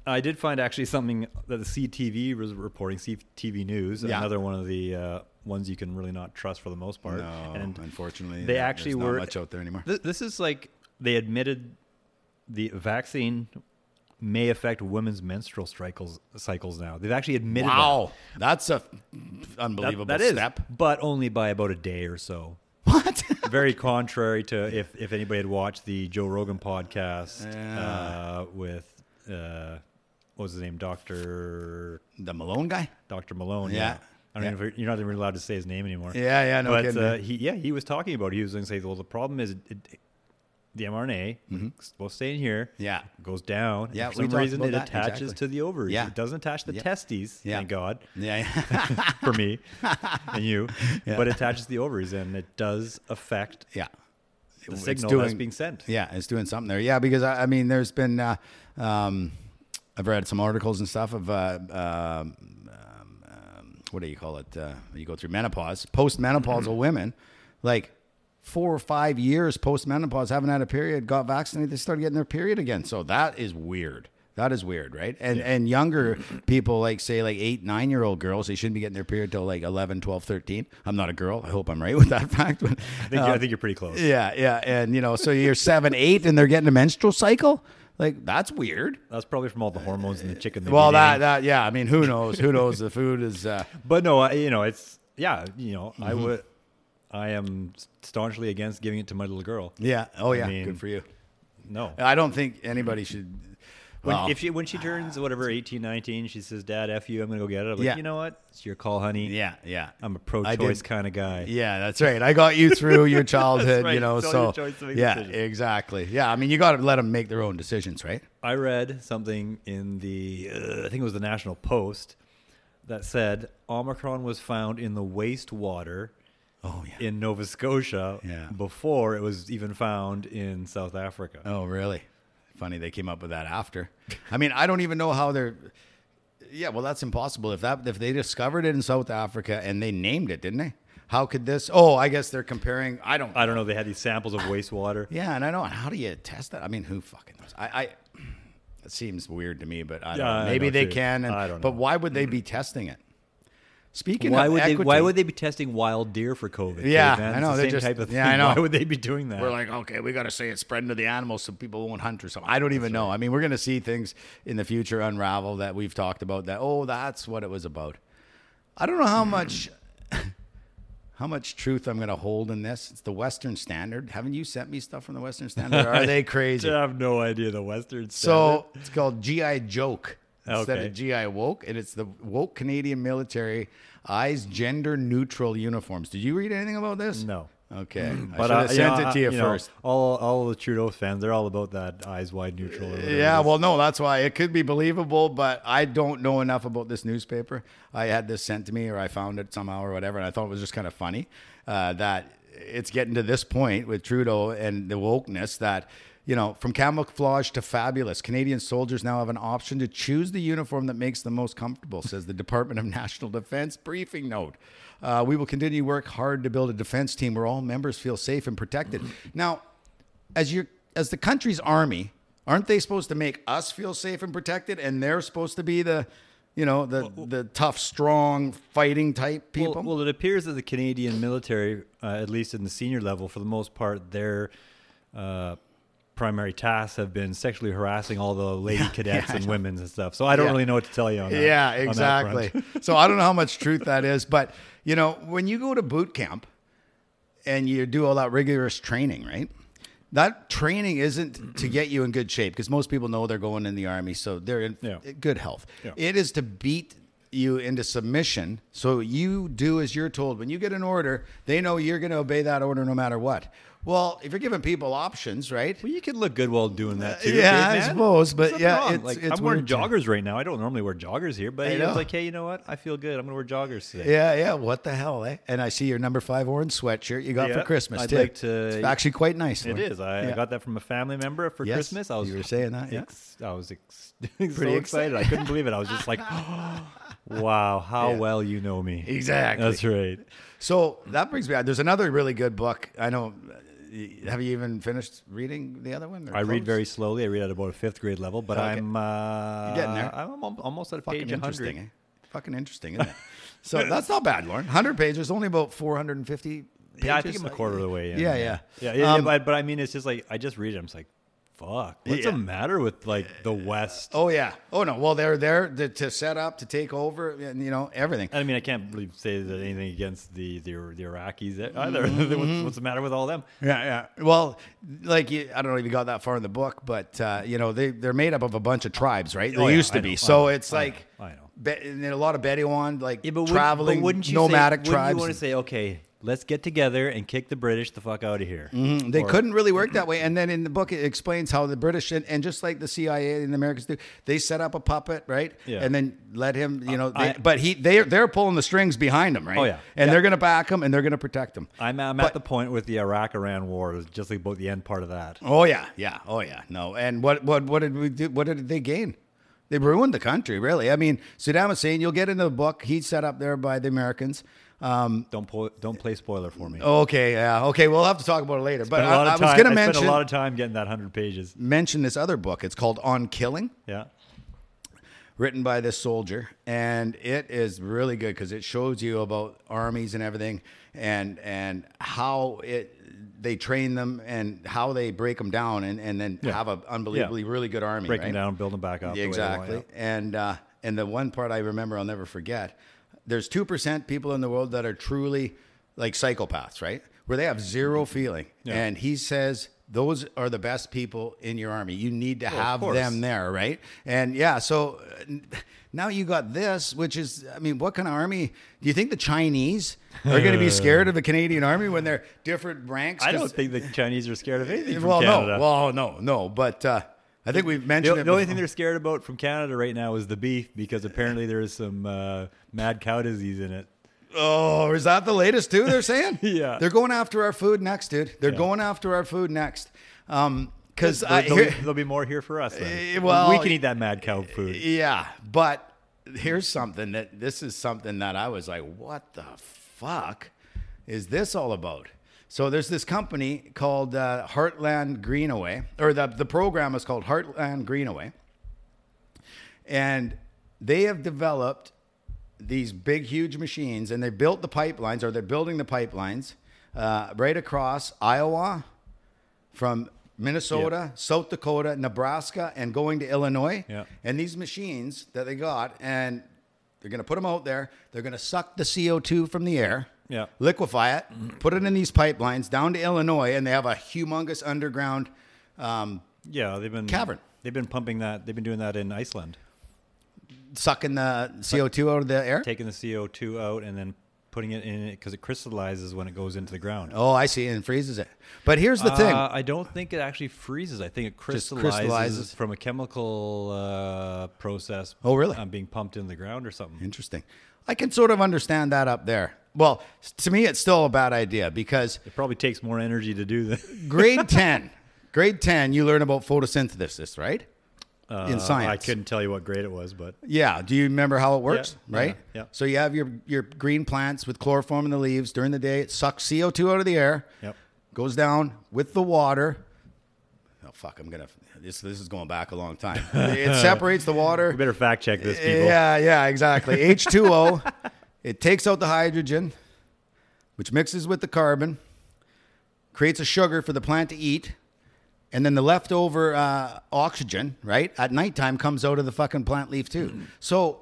I did find actually something that the CTV was reporting, CTV News, Yeah. another one of the uh, ones you can really not trust for the most part. No, unfortunately, they there- actually there's not were much out there anymore. Th- this is like they admitted the vaccine may affect women's menstrual cycles cycles now. They've actually admitted that. Wow, that's a f- That- unbelievable that is, step. but only by about a day or so. What? Very contrary to if if anybody had watched the Joe Rogan podcast Yeah. uh, with uh, what was his name, Doctor the Malone guy? Dr. Malone. Yeah. Yeah. I don't Yeah. even, you're not even allowed to say his name anymore. Yeah, yeah, no but, kidding. Uh, he, yeah, he was talking about it. He was going to say, well, the problem is it, it- the mRNA, Mm-hmm. it's supposed to stay in here, Yeah. goes down. and Yeah, for we some talked reason, about it that, attaches exactly. to the ovaries. Yeah. It doesn't attach the Yeah. testes, Yeah. thank God, Yeah, for me and you, Yeah. but it attaches the ovaries and it does affect yeah. the It's signal that's doing- being sent. Yeah, it's doing something there. Yeah, because I, I mean, there's been, uh, um, I've read some articles and stuff of, uh, um, um, um, what do you call it? Uh, you go through menopause, Mm-hmm. postmenopausal women, like four or five years postmenopause, haven't had a period, got vaccinated, they started getting their period again. So that is weird. That is weird, right? And and younger people, like say, like eight, nine year old girls, they shouldn't be getting their period till like 11, 12, 13. I'm not a girl. I hope I'm right with that fact. But, I think, you- I think you're pretty close. yeah, yeah, and you know, so you're seven, eight, and they're getting a menstrual cycle. Like that's weird. That's probably from all the hormones in the chicken. they've Well, been that eating. that yeah. I mean, who knows? Who knows? The food is. Uh, But no, I, you know, it's yeah, you know, I Mm-hmm. would, I am staunchly against giving it to my little girl. yeah. Oh yeah. mean- Good for you. No, I don't think anybody should. when, well, if she when she turns whatever 18, 19, she says, "Dad, f you, I'm gonna go get it." I'm like, Yeah. you know what? It's your call, honey. yeah, yeah. I'm a I did- pro-choice kind of guy. Yeah, that's right. I got you through your childhood. You right. know, It's all so your choice to make yeah, decisions. exactly. Yeah, I mean, you got to let them make their own decisions, right? I read something in the uh, I think it was the National Post that said Omicron was found in the wastewater Oh yeah. in Nova Scotia Yeah. before it was even found in South Africa. Oh really? Funny they came up with that after. I mean, I don't even know how they're. Yeah, well, that's impossible. If that if they discovered it in South Africa and they named it, didn't they? How could this? Oh, I guess they're comparing. I don't. I don't know. They had these samples of wastewater. yeah, and I know. And how do you test that? I mean, who fucking knows? I. I it seems weird to me, but I don't Yeah, I know. maybe know they too. can. And, I don't But know. Mm. why would they be testing it? Speaking Why of would equity, they? Why would they be testing wild deer for COVID? Yeah, caveman? I It's know, The they same just- type of thing. yeah, I know. Why would they be doing that? We're like, okay, we got to say it's spreading to the animals so people won't hunt or something. I don't even know. I mean, we're going to see things in the future unravel that we've talked about that, oh, that's what it was about. I don't know how much. How much truth I'm going to hold in this? It's the Western Standard. Haven't you sent me stuff from the Western Standard? Are they I crazy? have no idea the Western. so it's called GI Joke instead Okay. of GI Woke, and it's the woke Canadian military eyes gender neutral uniforms. Did you read anything about this? standard? no. Okay, But uh, I I should have sent it to uh, you, first. all all the Trudeau fans, they're all about that eyes wide neutral. Or whatever. Yeah, well, no, that's why it could be believable, but I don't know enough about this newspaper. I had this sent to me, or I found it somehow, or whatever, and I thought it was just kind of funny uh, that it's getting to this point with Trudeau and the wokeness that. You know, from camouflage to fabulous, Canadian soldiers now have an option to choose the uniform that makes them most comfortable, says the Department of National Defense briefing note. Uh, we will continue to work hard to build a defense team where all members feel safe and protected. Now, as your as the country's army, aren't they supposed to make us feel safe and protected? And they're supposed to be the, you know, the the tough, strong, fighting type people. Well, well, it appears that the Canadian military, uh, at least in the senior level, for the most part, their uh, primary tasks have been sexually harassing all the lady cadets and women and stuff. So I don't Yeah. really know what to tell you on that. yeah, on that exactly. front. so I don't know how much truth that is, but you know, when you go to boot camp and you do all that rigorous training, right? That training isn't to get you in good shape because most people know they're going in the army, so they're in Yeah. good health. Yeah. It is to beat you into submission. So you do as you're told. When you get an order, they know you're going to obey that order no matter what. Well, if you're giving people options, right? Well, you could look good while doing that too. Yeah, I caveman. suppose, but There's nothing yeah, wrong. it's- like, it's I'm wearing weird, too. joggers right now. I don't normally wear joggers here, but I I know. was like, hey, you know what? I feel good. I'm gonna wear joggers today. Yeah, yeah. What the hell, eh? And I see your number five orange sweatshirt you got for Yeah, Christmas I'd too. like to- It's actually quite nice. It is. I, I Yeah. got that from a family member for Yes, Christmas. I was you were saying that, yeah. ex- I was ex- pretty Pretty so excited. I couldn't believe it. I was just like, "Wow, how Yeah. well you know me." Exactly. That's right. So that brings me. There's another really good book. I know. uh, Have you even finished reading the other one? or I read close? Oh, very slowly. I read at about a fifth grade level, but Okay. I'm uh, getting there. I'm al- almost at a fucking page 100. interesting. eh? Fucking interesting, isn't it? so that's not bad, Lauren. Hundred pages, only about four hundred and fifty. Yeah, I think I'm a quarter of the way in. Yeah, yeah, yeah. yeah, Um, but, but I mean, it's just like I just read it. I'm just like, "Fuck, what's Yeah. the matter with like the West?" Oh yeah. Oh no. Well, they're there to, to set up, to take over, and you know everything. I mean, I can't really say that anything against the the, the Iraqis e-, either. Mm-hmm. what's, what's the matter with all them? Yeah, yeah. Well, like you, I don't know if you got that far in the book, but uh, you know they they're made up of a bunch of tribes, right? They Oh, yeah, used to I be. know, I so know, it's I know, like I know. Be, and a lot of Bedouin, like Yeah, but would- traveling but wouldn't you nomadic say, Wouldn't tribes. you want to say, okay, let's get together and kick the British the fuck out of here? Mm, they couldn't really work that way. And then in the book, it explains how the British and, and just like the CIA and the Americans do, they set up a puppet, right? Yeah. Uh, And then let him, you know. They, I- but he, they, they're pulling the strings behind him, right? Oh, yeah. And Yeah. they're going to back him, and they're going to protect him. I'm, I'm But- at the point with the Iraq-Iran war, it's just like about the end part of that. Oh yeah, yeah, oh yeah. No, and what what what did we do? What did they gain? They ruined the country, really. I mean, Saddam Hussein. You'll get into the book. He's set up there by the Americans. Um, Don't po- don't play spoiler for me. okay, yeah, okay. We'll have to talk about it later. But Spent a lot Oh, I, I of was time- going to I mention spent a lot of time getting that hundred pages. mention this other book. It's called On Killing, Yeah, written by this soldier, and it is really good because it shows you about armies and everything, and and how it they train them and how they break them down, and and then Yeah. have an unbelievably really good army. breaking right? down, building back up. the way they want exactly. it. And uh, and the one part I remember I'll never forget. There's two percent people in the world that are truly like psychopaths, right? Where they have zero feeling. Mm-hmm. Yeah. And he says those are the best people in your army. You need to have Oh, course. them there, right? And yeah, so uh, n- now you got this, which is, I mean, what kind of army do you think the Chinese are going to be scared of the Canadian army when they're different ranks? I 'Cause- don't think the Chinese are scared of anything from well, Canada. no, well, no, no, but uh, I think we've the, mentioned it the only before. thing they're scared about from Canada right now is the beef because apparently there is some uh, mad cow disease in it. Oh, is that the latest too? They're saying, Yeah. they're going after our food next, dude. They're going after our food next. Um, because There- there'll, be, there'll be more here for us. Then. Eh, well, we can eat that mad cow food. Yeah, but here's something that this is something that I was like, what the fuck is this all about? So there's this company called uh, Heartland Greenaway, or the the program is called Heartland Greenaway, and they have developed these big, huge machines, and they built the pipelines, or they're building the pipelines uh, right across Iowa, from Minnesota, South Dakota, Nebraska, and going to Illinois. Yeah. And these machines that they got, and they're going to put them out there. They're going to suck the CO2 from the air, Yeah. liquefy it, put it in these pipelines down to Illinois, and they have a humongous underground. Um, Yeah, they've been Cavern. They've been pumping that. They've been doing that in Iceland, sucking the CO2 out of the air. taking the CO two out and then putting it in it because it crystallizes when it goes into the ground. Oh, I see, and freezes it. But here's the thing. Uh, I don't think it actually freezes. I think it crystallizes, crystallizes. from a chemical uh, process. Oh, really? Um, being pumped in the ground or something. Interesting. I can sort of understand that up there. Well, s- to me, it's still a bad idea because It probably takes more energy to do that. grade 10 grade 10 you learn about photosynthesis right in Uh, science I couldn't tell you what grade it was, but yeah do you remember how it works Yeah, right yeah, yeah. so you have your your green plants with chloroform in the leaves during the day it sucks co2 out of the air Yep. goes down with the water oh fuck i'm gonna this this is going back a long time it separates the water we better fact check this, people. Uh, yeah, yeah, exactly. H2O, it takes out the hydrogen, which mixes with the carbon, creates a sugar for the plant to eat, and then the leftover uh, oxygen, right, at nighttime comes out of the fucking plant leaf too. So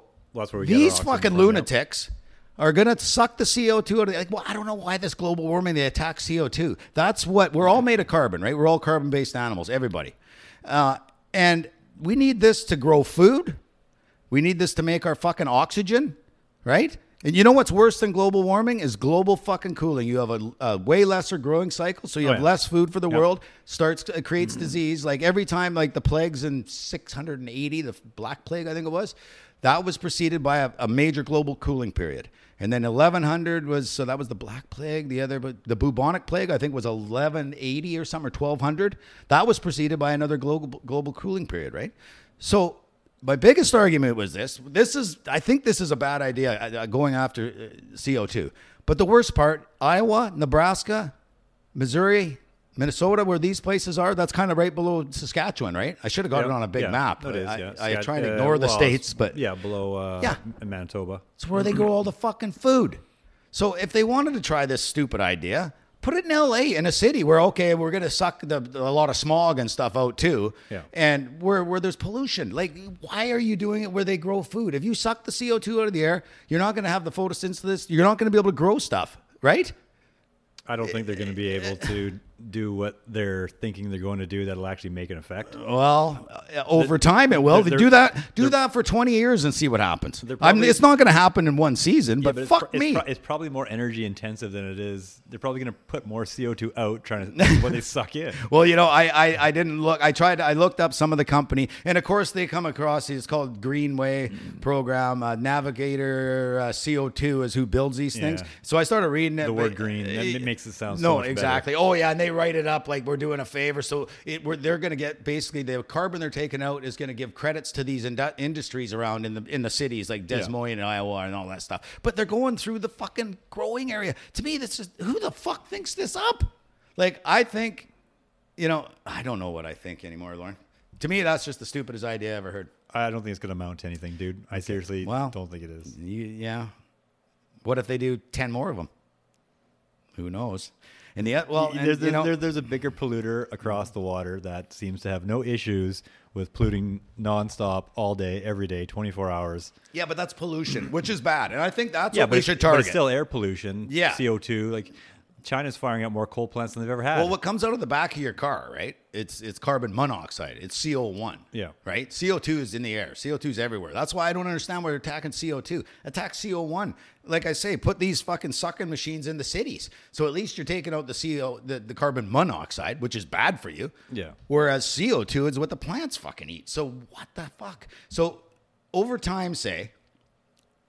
Mm-hmm. Well, that's where we get our these oxygen fucking from, yeah. lunatics are gonna suck the CO2 out of like, well, I don't know why this global warming they attack CO2. That's what we're all made of carbon, right? We're all carbon based animals, everybody. Uh, and we need this to grow food. We need this to make our fucking oxygen, right? And you know what's worse than global warming is global fucking cooling. You have a, a way lesser growing cycle, so you Oh, have yeah. less food for the world. Starts it creates disease. Like every time, like the plagues in 680, the Black Plague, I think it was, that was preceded by a, a major global cooling period. And then 1100 was so that was the Black Plague. The other, but the bubonic plague, I think, was 1180 or something, or 1200. That was preceded by another global global cooling period, right? So my biggest argument was this. This is, I think this is a bad idea uh, uh, going after uh, CO2. But the worst part, Iowa, Nebraska, Missouri, Minnesota, where these places are, that's kind of right below Saskatchewan, right? I should have got it Yeah, on a big yeah, map. It is, I, yeah. I, Scat- try and uh, ignore the well, states, but yeah, below uh, Yeah. M- Manitoba. it's where they grow all the fucking food. So if they wanted to try this stupid idea, put it in LA in a city where okay, we're gonna suck the, the- a lot of smog and stuff out too, Yeah. and where where there's pollution. Like, why are you doing it where they grow food? If you suck the CO two out of the air, you're not gonna have the photosynthesis. You're not gonna be able to grow stuff, right? I don't think they're going to be able to do what they're thinking they're going to do that'll actually make an effect. Well, uh, over time it will. they're- do that. Do that for twenty years and see what happens. They're I mean, probably- it's not gonna happen in one season, but, Yeah, it's fuck pro- it's me. pro- it's probably more energy intensive than it is. They're probably going to put more CO2 out trying to what they suck in. Well, you know, I, I I didn't look. I tried. I looked up some of the company, and of course, they come across. It's called Greenway Mm. Program. Uh, Navigator uh, CO two is who builds these things. Yeah. So I started reading it. The word but- green, that eh, ma- makes it sound so no much better. exactly. Oh yeah, and they write it up like we're doing a favor. So it we're, they're going to get basically the carbon they're taking out is going to give credits to these indu- industries around in the in the cities like Des Yeah. Moines and Iowa and all that stuff. But they're going through the fucking growing area. To me, this is who the fuck thinks this up. Like I think you know, I don't know what I think anymore, Lauren. To me, that's just the stupidest idea I ever heard. I don't think it's going to amount to anything, dude. I seriously Well. don't think it is. You, yeah. What if they do 10 more of them? Who knows? And the, well, and, there's, you know, there- there's a bigger polluter across the water that seems to have no issues with polluting nonstop all day, every day, 24 hours. yeah, but that's pollution, which is bad. And I think that's yeah, what but we it's- should but target. it's still air pollution. Yeah. CO2. Like China's firing up more coal plants than they've ever had. well, what comes out of the back of your car, right? It's it's carbon monoxide. It's CO1. Yeah. Right? CO2 is in the air. CO2 is everywhere. That's why I don't understand why they're attacking CO2. Attack CO1. Like I say, put these fucking sucking machines in the cities. So at least you're taking out the CO the, the carbon monoxide, which is bad for you. Yeah. Whereas CO2 is what the plants fucking eat. So what the fuck? So over time, say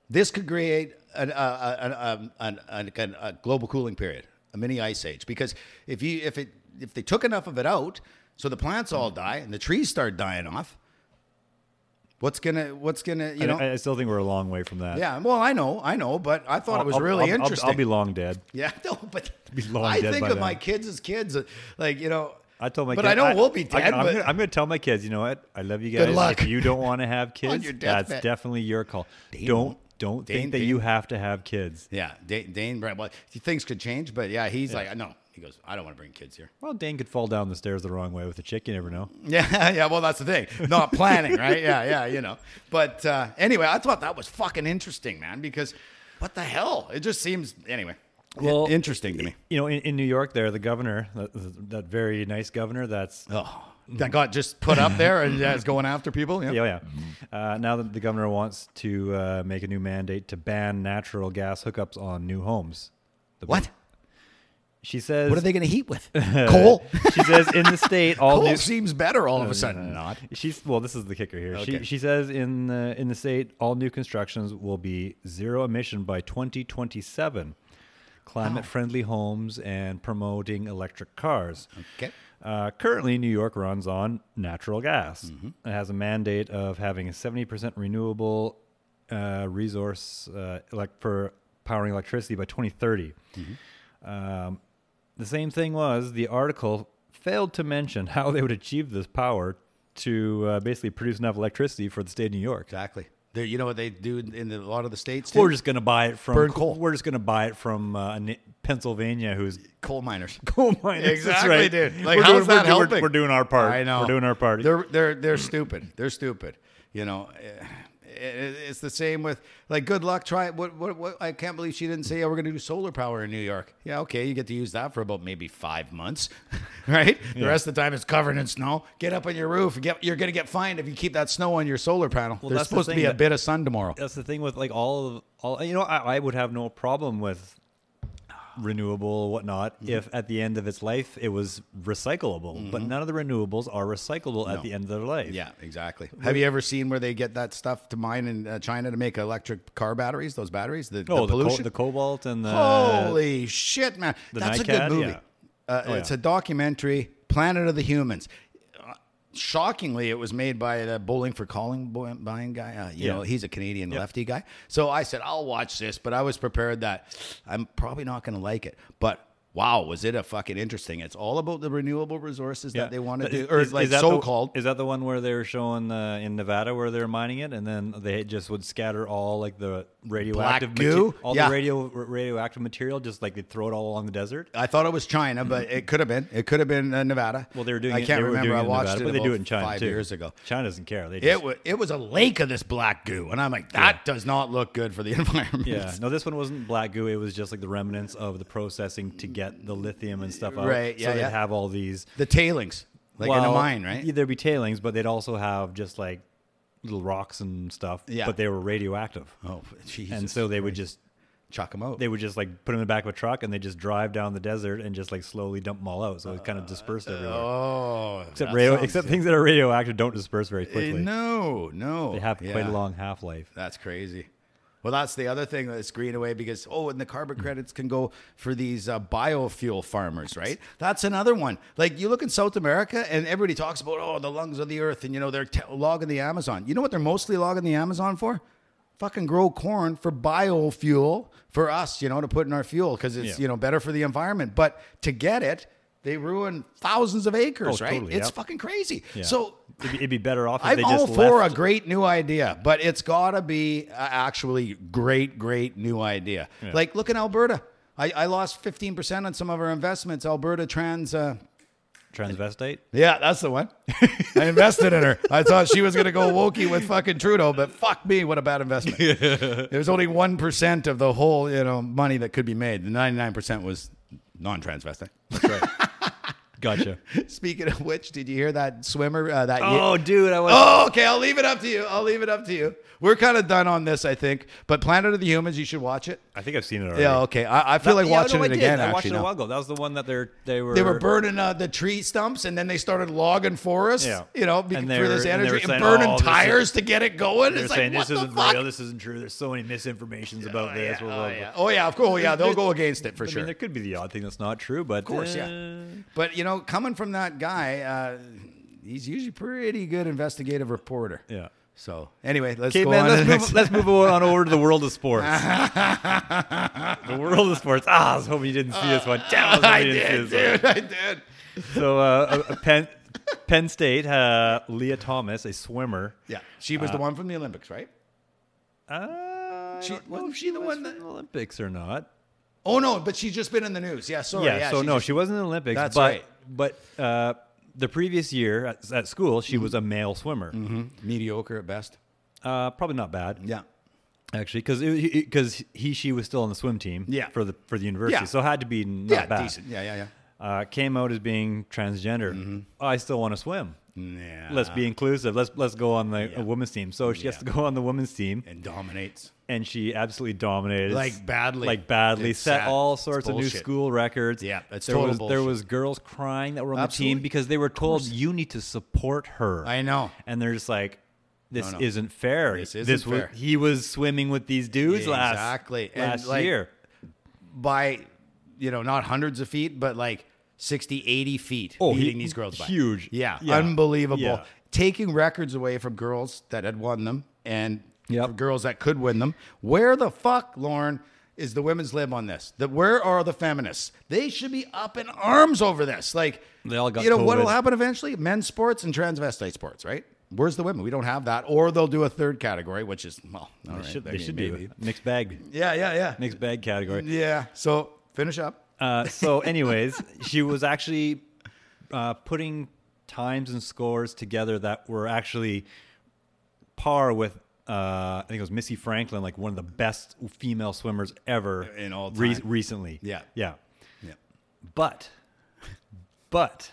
this could create an, um, a, a, a, a, a, a, a global cooling period, a mini ice age, because if you if it if they took enough of it out, So the plants all die and the trees start dying off. What's gonna what's gonna you know I, I still think we're a long way from that. Yeah, well I know, I know, but I thought it was really I'll- I'll- interesting. I'll be long dead. yeah, no, but be long I dead think by of then. my kids as kids, uh, like you know. I told my but kids, I know we'll be I, dead. am but gonna, I'm gonna tell my kids, you know what? I love you guys. Good luck. If you don't want to have kids, your that's deathbed. definitely your call. don't won't. don't Dane- think that Dane- you have to have kids. yeah, Dane, Dane Brad, well, things could change, but yeah, he's like, no, he goes, I don't want to bring kids here. Well, Dane could fall down the stairs the wrong way with a chick. You never know. Yeah, yeah. Well, that's the thing. Not planning, right? Yeah, yeah. You know. But uh, anyway, I thought that was fucking interesting, man. Because what the hell? It just seems anyway. Well, interesting to me. You know, in, in New York, there the governor, that, that very nice governor, that's Oh, that got just put up there and yeah, it's going after people. Yeah. Yeah, yeah. Uh, now that the governor wants to uh, make a new mandate to ban natural gas hookups on new homes, The- What? she says? What are they going to heat with? Coal. she says in the state, all Coal new. Uh, seems better all of a sudden. Not. She's well. This is the kicker here. Okay. She she says in the in the state, all new constructions will be zero emission by 2027. Climate friendly homes and promoting electric cars. Okay. Uh, currently, New York runs on natural gas. Mm-hmm. It has a mandate of having a 70% renewable uh, resource uh, elec- for powering electricity by 2030. Mm-hmm. Um, the same thing was the article failed to mention how they would achieve this power to uh, basically produce enough electricity for the state of New York. Exactly. There. You know what they do in the, a lot of the states? We're too? just going to buy it from Burn coal. We're just going to buy it from uh, Ni- Pennsylvania, who's coal miners. coal miners. That's Exactly, right. dude. Like, We're how's doing- we're that doing- we're- helping? We're, doing our part. I know. We're doing our part. They're they're they're stupid. They're stupid. You know, eh, it- it's the same with like good luck. Try what what, what I can't believe she didn't say. Oh, we're going to do solar power in New York. Yeah, okay, you get to use that for about maybe five months, right? The rest of the time it's covered in snow. Get up on your roof. and Get you're going to get fined if you keep that snow on your solar panel. There's that's the supposed to thing be a that- bit of sun tomorrow. that's the thing with like all of all you know I, I would have no problem with renewable whatnot Mm-hmm. if at the end of its life it was recyclable but none of the renewables are recyclable at No. the end of their life Yeah, exactly. Have you ever seen where they get that stuff to mine in uh, China to make electric car batteries? Those batteries, the, oh the the, co- pollution, the cobalt and the Holy shit, man! Uh, the That's a NICAD? good movie. Yeah. Uh, Oh, it's yeah. a documentary, Planet of the Humans. Uh, Shockingly, it was made by the Bowling for Calling boy- buying guy. Uh, you Yeah. know, he's a Canadian lefty guy. So I said, I'll watch this, but I was prepared that I'm probably not going to like it. But wow, was it a fucking interesting? It's all about the renewable resources Yeah. that they want to But do, is- or is- is like that the- so called. Is that the one where they were showing uh, in Nevada where they're mining it, and then they just would scatter all like the radioactive goo? all Yeah. the radio r- radioactive material, just like they throw it all along the desert? I thought it was China, but it could have been. It could have been uh, Nevada. Well, they were doing. I it- can't they were remember. doing I in watched Nevada, it, but they do about it in China five too. years ago. China doesn't care. They just It was it was a lake of this black goo, and I'm like, that does not look good for the environment. Yeah, no, this one wasn't black goo. It was just like the remnants of the processing to get the lithium and stuff out. Right, yeah, so they'd yeah. have all these, the tailings, like in a well, mine, right? Yeah, there'd be tailings, but they'd also have just like little rocks and stuff. Yeah. but they were radioactive, Oh, Jesus! and so they would just chuck them out. they would just like put them in the back of a truck and they just drive down the desert and just like slowly dump them all out. So it kind of dispersed everywhere. Uh, oh, except that radio, sounds- except things that are radioactive don't disperse very Eh, quickly. no, no, They have quite Yeah. a long half life. That's crazy. Well, that's the other thing that's green away because oh, and the carbon Hmm. credits can go for these uh, biofuel farmers, right? That's another one. Like you look in South America, and everybody talks about oh, the lungs of the earth, and you know they're t- logging the Amazon. You know what they're mostly logging the Amazon for? Fucking grow corn for biofuel for us, you know, to put in our fuel because it's Yeah. you know better for the environment. But to get it, they ruin thousands of acres, Oh, right? totally, it's yep. fucking crazy. Yeah. So it'd be, it'd be better off if they I'm just all for a left. great new idea, but it's got to be a actually great, great new idea. Like, look in Alberta. I, I lost 15% on some of our investments. Alberta Trans. Uh, transvestite. yeah, that's the one. I invested in her. I thought she was going to go wokey with fucking Trudeau, but fuck me, what a bad investment. There was only 1% of the whole, you know, money that could be made. The 99% was non-transvestite. Gotcha. Speaking of which, did you hear that swimmer, uh, that Ye- Oh, dude, I was. Oh, okay. I'll leave it up to you. I'll leave it up to you. We're kind of done on this, I think. But Planet of the Humans, you should watch it. I think I've seen it already. Yeah, okay. I, I feel like Yeah, no, watching I it did. again. I watched actually, it a now. while ago. That was the one that they're they were They were burning uh, the tree stumps, and then they started logging forests. Yeah. You know, be- And they for this were- and they energy, were and, saying, burning "Oh, this is- tires to get it going. They're It's saying like, what this the isn't fuck? real. This isn't true. There's so many misinformations about this. blah, Oh blah, yeah. blah. oh yeah, of course. Oh yeah, they'll go against it for I sure. mean, there could be the odd thing that's not true, but of course, yeah. But you know know, coming from that guy, uh, he's usually pretty good investigative reporter. Yeah. So anyway, let's Okay, go man, on. let's to the move, next- let's move on over to the world of sports. the world of sports. Ah, I was hoping you didn't see this one. Damn, I was hoping I you didn't did, see this one. dude. I did. So uh, uh, Penn, Penn State, uh, Leah Thomas, a swimmer. Yeah, she was the one from the Olympics, right? Uh, She- I don't know wasn't if she the was one from that- the Olympics or not? Oh no, but she's just been in the news. Oh, Yeah, sorry. yeah, So she no, just- she wasn't in the Olympics. That's but, right. But uh, the previous year at, at school, she was a male swimmer. Mm-hmm. mediocre at best. Uh, probably not bad. Yeah. Actually, because because he she was still on the swim team. Yeah. For the for the university, Yeah. so had to be not Yeah, bad. decent. Mm-hmm. Yeah, yeah, yeah. Uh, came out as being transgender. I still want to swim. Yeah. Let's be inclusive. Let's let's go on the uh women's team. So she has to Yeah. go on the women's team, and dominates. and she absolutely dominated, Like badly. like badly. It's set sad. all It's sorts of new bullshit. school records. Yeah, it's there total was there bullshit. was girls crying that were on the team Absolutely. because they were told you need to support her. I know. and they're just like, this No, no. isn't fair. This isn't was- fair." he was swimming with these dudes Yeah, last exactly. And, last like, year. By, you know, not hundreds of feet, but like 60, 80 feet Oh, he- beating these girls by. huge. Yeah. Yeah. Unbelievable. Yeah. Taking records away from girls that had won them and Yep. for girls that could win them. Where the fuck, Lauren, is the women's lib on this? The, where are the feminists? They should be up in arms over this. Like, They all got you know, what'll COVID. happen eventually? Men's sports and transvestite sports, right? Where's the women? We don't have that. Or they'll do a third category, which is, well, all right, should, I they mean, should maybe. do mixed bag, Yeah, yeah, yeah. mixed bag category. Yeah. So finish up. Uh, so, anyways, she was actually uh, putting times and scores together that were actually par with. Uh, I think it was Missy Franklin, like one of the best female swimmers ever In all time. recently. Yeah. yeah. Yeah. But, but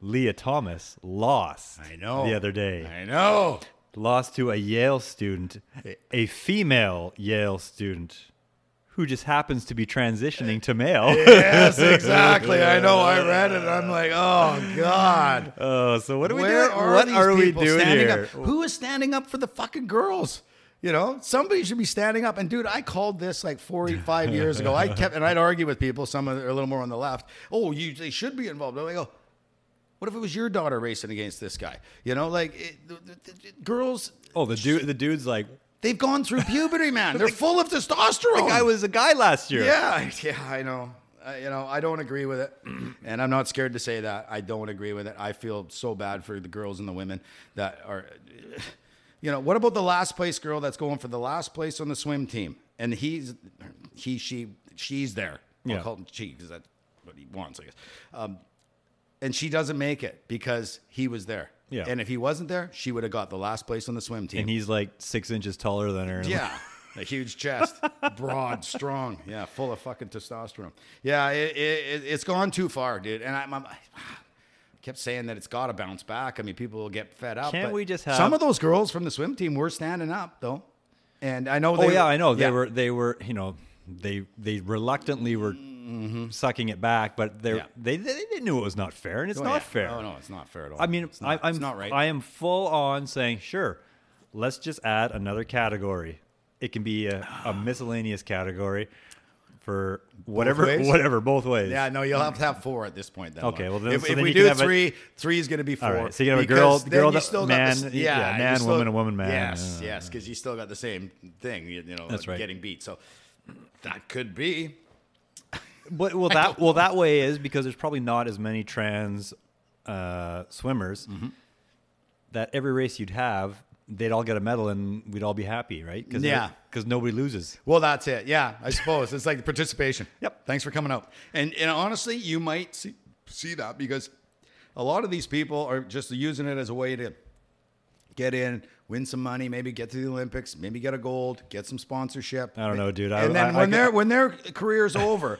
Leah Thomas lost. I know. The other day, I Eh. know. lost to a Yale student, a female Yale student, who just happens to be transitioning to male. Eh. Yes, exactly. I know. I read it. I'm like, oh God. Oh, so what are we Where doing? are what these are we people doing standing here? up? Who is standing up for the fucking girls? You know, somebody should be standing up. And dude, I called this like 45 years ago. I kept and I'd argue with people. Some are a little more on the left. Oh, you they should be involved. And I go, what if it was your daughter racing against this guy? You know, like it, th- th- th- girls, Oh, the dude. The dude's like, they've gone through puberty, man. They're full of testosterone. the guy was a guy last year. Yeah, yeah, I know. I, you know, I don't agree with it, and I'm not scared to say that. I don't agree with it. I feel so bad for the girls and the women that are. You know, what about the last place girl that's going for the last place on the swim team, and he's he she she's there. Yeah. I'll call him she because that's what he wants, I guess. Um, and she doesn't make it because he was there. Yeah. And if he wasn't there, she would have got the last place on the swim team. And he's like six inches taller than her. Yeah. A huge chest, broad, strong, yeah, full of fucking testosterone. Yeah, it, it, it, it's gone too far, dude. And I'm, I'm, I kept saying that it's got to bounce back. I mean, people will get fed up. Can't but we just have- some of those girls from the swim team were standing up though? And I know. They Oh yeah, I know. They were. They were. You know, they they reluctantly were sucking it back, but they Mm-hmm. Yeah. they they they knew it was not fair, and it's Oh, not yeah. fair. Oh no, it's not fair at all. I mean, It's not, I, I'm it's not right. I am full on saying sure. Let's just add another category. It can be a, a miscellaneous category for whatever, ways? whatever, both ways. yeah, no, you'll have to have four at this point. Then Okay, Lauren. well, then- if, so if then we you can do have a- three, three is going to be four. right, so you can have a because girl- then girl you that- still got man- the, yeah, yeah, you man, still, woman, woman, man. Yes, Uh, yes, because you still got the same thing. You, you know, That's right. getting beat. So that could be. But well, that well that way is because there's probably not as many trans uh, swimmers Mm-hmm. that every race you'd have, they'd all get a medal and we'd all be happy, right? Cause Yeah. because nobody loses. Well, that's it. Yeah, I suppose it's like the participation. Yep. Thanks for coming out. And and honestly, you might see see that because a lot of these people are just using it as a way to get in, win some money, maybe get to the Olympics, maybe get a gold, get some sponsorship. I don't know, dude. I- and then I- I when get- their when their career's over,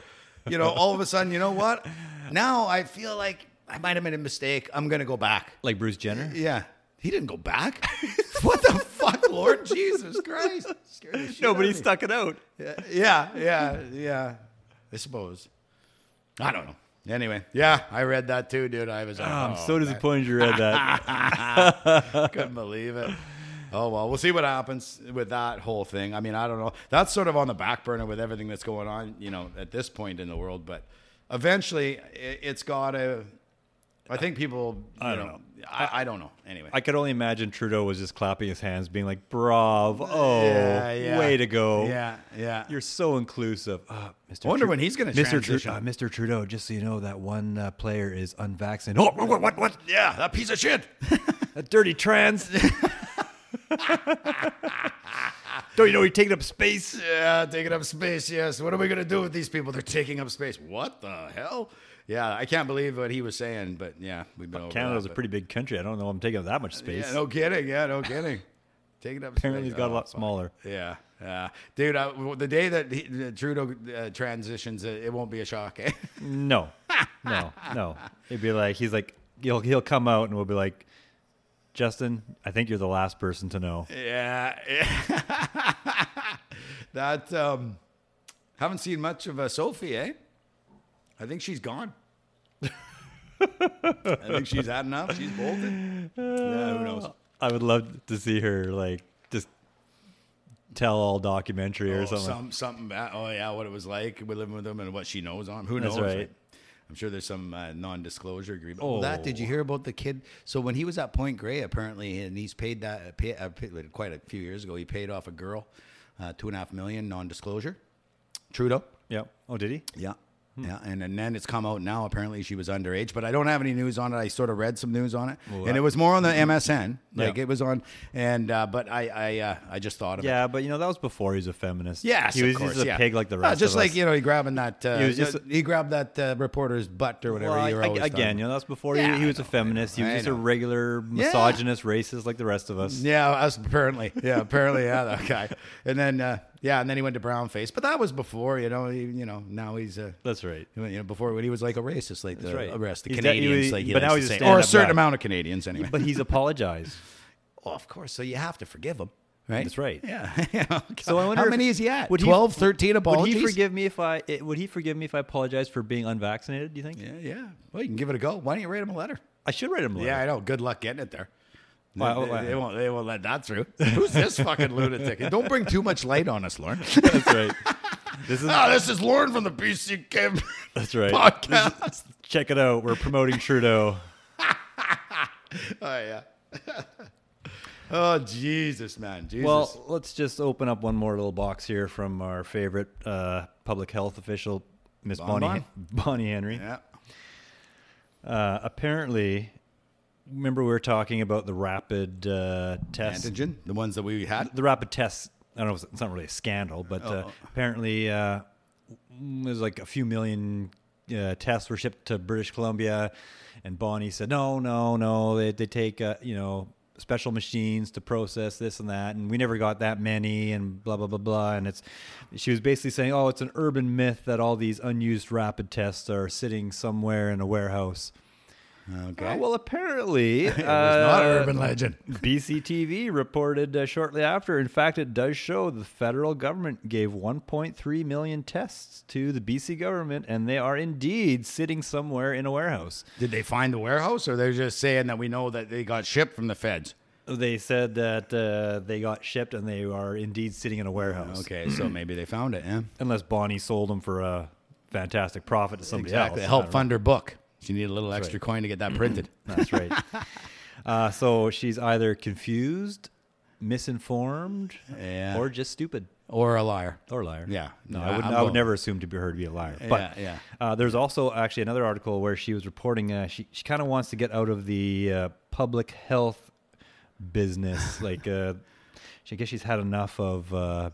you know, all of a sudden, you know what? Now I feel like I might have made a mistake. I'm gonna go back. Like Bruce Jenner. Yeah. He didn't go back. what the fuck, Lord Jesus Christ? Scared the shit out of Nobody me. stuck it out. Yeah, yeah, yeah. I suppose. I don't know. Anyway, yeah, I read that too, dude. I was like, Ah, I'm oh, so disappointed you read that. I couldn't believe it. Oh well, we'll see what happens with that whole thing. I mean, I don't know. That's sort of on the back burner with everything that's going on, you know, at this point in the world. But eventually, i- it's got to I think people. I you don't I, I don't know. Anyway, I could only imagine Trudeau was just clapping his hands, being like, "Bravo! Oh, Yeah, yeah. way to go! yeah, yeah. You're so inclusive." Uh, Mr. Wonder when he's gonna Mr. transition. uh, Mr. Trudeau. Just so you know, that one uh, player is unvaccinated. Oh, what? What? what? yeah, that piece of shit. A dirty trans. Don't you know you're taking up space? Yeah, taking up space. Yes. What are we gonna do with these people? They're taking up space. What the hell? Yeah, I can't believe what he was saying, but yeah, we've been over Canada's a that, pretty big country. I don't know. I'm taking up that much but- space. Yeah, no kidding. Yeah, no kidding. Taking up. Apparently, space. he's got a Oh, lot fuck. smaller. Yeah, yeah, dude. I, w- the day that he, that Trudeau uh, transitions, it, it won't be a shock. eh? No, no, no. It'd be like he's like he'll he'll come out and we'll be like, Justin, I think you're the last person to know. yeah, that um, haven't seen much of uh, Sophie, eh? I think she's gone. I think she's had enough. She's bolted. Yeah, who knows? I would love to see her like just tell all documentary or Oh, something. some, something bad. Oh yeah, what it was like with living with them and what she knows on. Who That's knows? right. I'm sure there's some uh, non-disclosure agreement. Oh, Oh. that did you hear about the kid? So when he was at Point Grey, apparently, and he's paid that uh, pay, uh, pay, quite a few years ago. He paid off a girl, uh, two and a half million non-disclosure. Trudeau. Yep. Oh, did he? Yeah. Hmm. Yeah, and, and then it's come out now. Apparently, she was underage, but I don't have any news on it. I sort of read some news on it, and that- it was more on the MSN. Like Mm-hmm. Yeah. it was on, and uh, but I I uh, I just thought of it. Yeah, but you know that was before he was a feminist. Yes, he was of course, just a yeah. pig like the No, rest. just of like us. you know, he grabbing that. Uh, He was you just know, he grabbed that uh, reporter's butt or whatever. Well, I- you were I- always talking again, about. you know that's before Yeah, he, he was I a know, I feminist. He know, was I just a know. regular misogynist, racist like the rest of us. yeah, us apparently. Yeah, apparently. Yeah, that guy. And then uh, yeah, and then he went to brownface, but that was before. You know, he, you know, now he's uh, That's right. you know before when he was like a racist, like the right. rest of He's got- he Canadians, was- like he but now he's likes to a say, or a stand-up certain guy. amount of Canadians anyway. But he's apologized. oh, of course, so you have to forgive him, right? That's right. Yeah. So I wonder how if- many is he at? would he- 12, 13 apologies. Would he forgive me if I? It, would he forgive me if I apologized for being unvaccinated? Do you think Yeah, yeah. Well, you can give it a go. Why don't you write him a letter? I should write him? a letter. Yeah, I know. Good luck getting it there. They, Well, they- well- they won't. They won't let that through. Who's this fucking lunatic? Don't bring too much light on us, Lauren. That's right. This is Ah, this is Lauren from the BC Camp that's right. podcast. Check it out. We're promoting Trudeau. Oh yeah. oh Jesus, man. Jesus. Well, let's just open up one more little box here from our favorite uh, public health official, Miss Bon Bonnie Bonnie Henry. yeah. Uh, apparently, remember we were talking about the rapid uh, test, Antigen, the ones that we had. the rapid test. I don't know. if It's it's not really a scandal, but uh, apparently, uh, mm, there's like a few million uh, tests were shipped to British Columbia, and Bonnie said, "No, no, no. They they take uh, you know." Special machines to process this and that, and we never got that many, and blah blah blah blah. And it's, she was basically saying, oh, it's an urban myth that all these unused rapid tests are sitting somewhere in a warehouse. Okay. Uh, well, apparently, it was not uh, an urban legend. BCTV reported uh, shortly after. In fact, it does show the federal government gave 1.3 million tests to the BC government, and they are indeed sitting somewhere in a warehouse. Did they find the warehouse, or they're just saying that we know that they got shipped from the feds? They said that uh, they got shipped, and they are indeed sitting in a warehouse. Okay, so maybe they found it. Yeah. Unless Bonnie sold them for a fantastic profit to somebody Exactly. else. Uh, I Help don't fund her book. She needed a little extra coin to get that printed. That's right. uh, so she's either confused, misinformed, Yeah. or just stupid. or a liar. Or liar. Yeah. No, Yeah, I would. I'm I would both. never assume to be her to be a liar. But Yeah, Uh, there's also actually another article where she was reporting. Uh, she she kind of wants to get out of the uh, public health business. like, uh, she, I guess she's had enough of. Uh,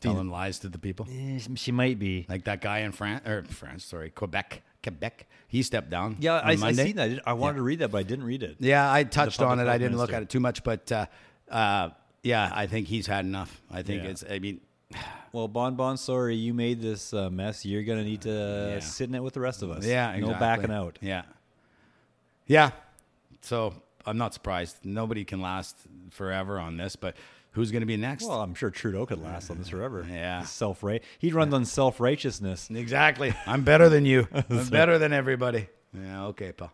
Telling lies to the people. eh, she might be. Like that guy in France, or France, sorry, Quebec, Quebec. He stepped down. Yeah, on I, I Monday. seen that. I did- I wanted to read that, but I didn't read it. Yeah, I touched public on it. I health didn't look minister. at it too much, but uh, uh, yeah, I think he's had enough. I think Yeah. it's. I mean, Well, Bon Bon, sorry, you made this uh, mess. You're gonna need to uh, Yeah. sit in it with the rest of us. yeah, exactly. no backing out. Yeah, yeah. So I'm not surprised. Nobody can last forever on this, but who's going to be next? Well, I'm sure Trudeau could last on this forever. Yeah. self right. He runs on self righteousness. exactly. I'm better than you. I'm better than everybody. Yeah. Okay, pal.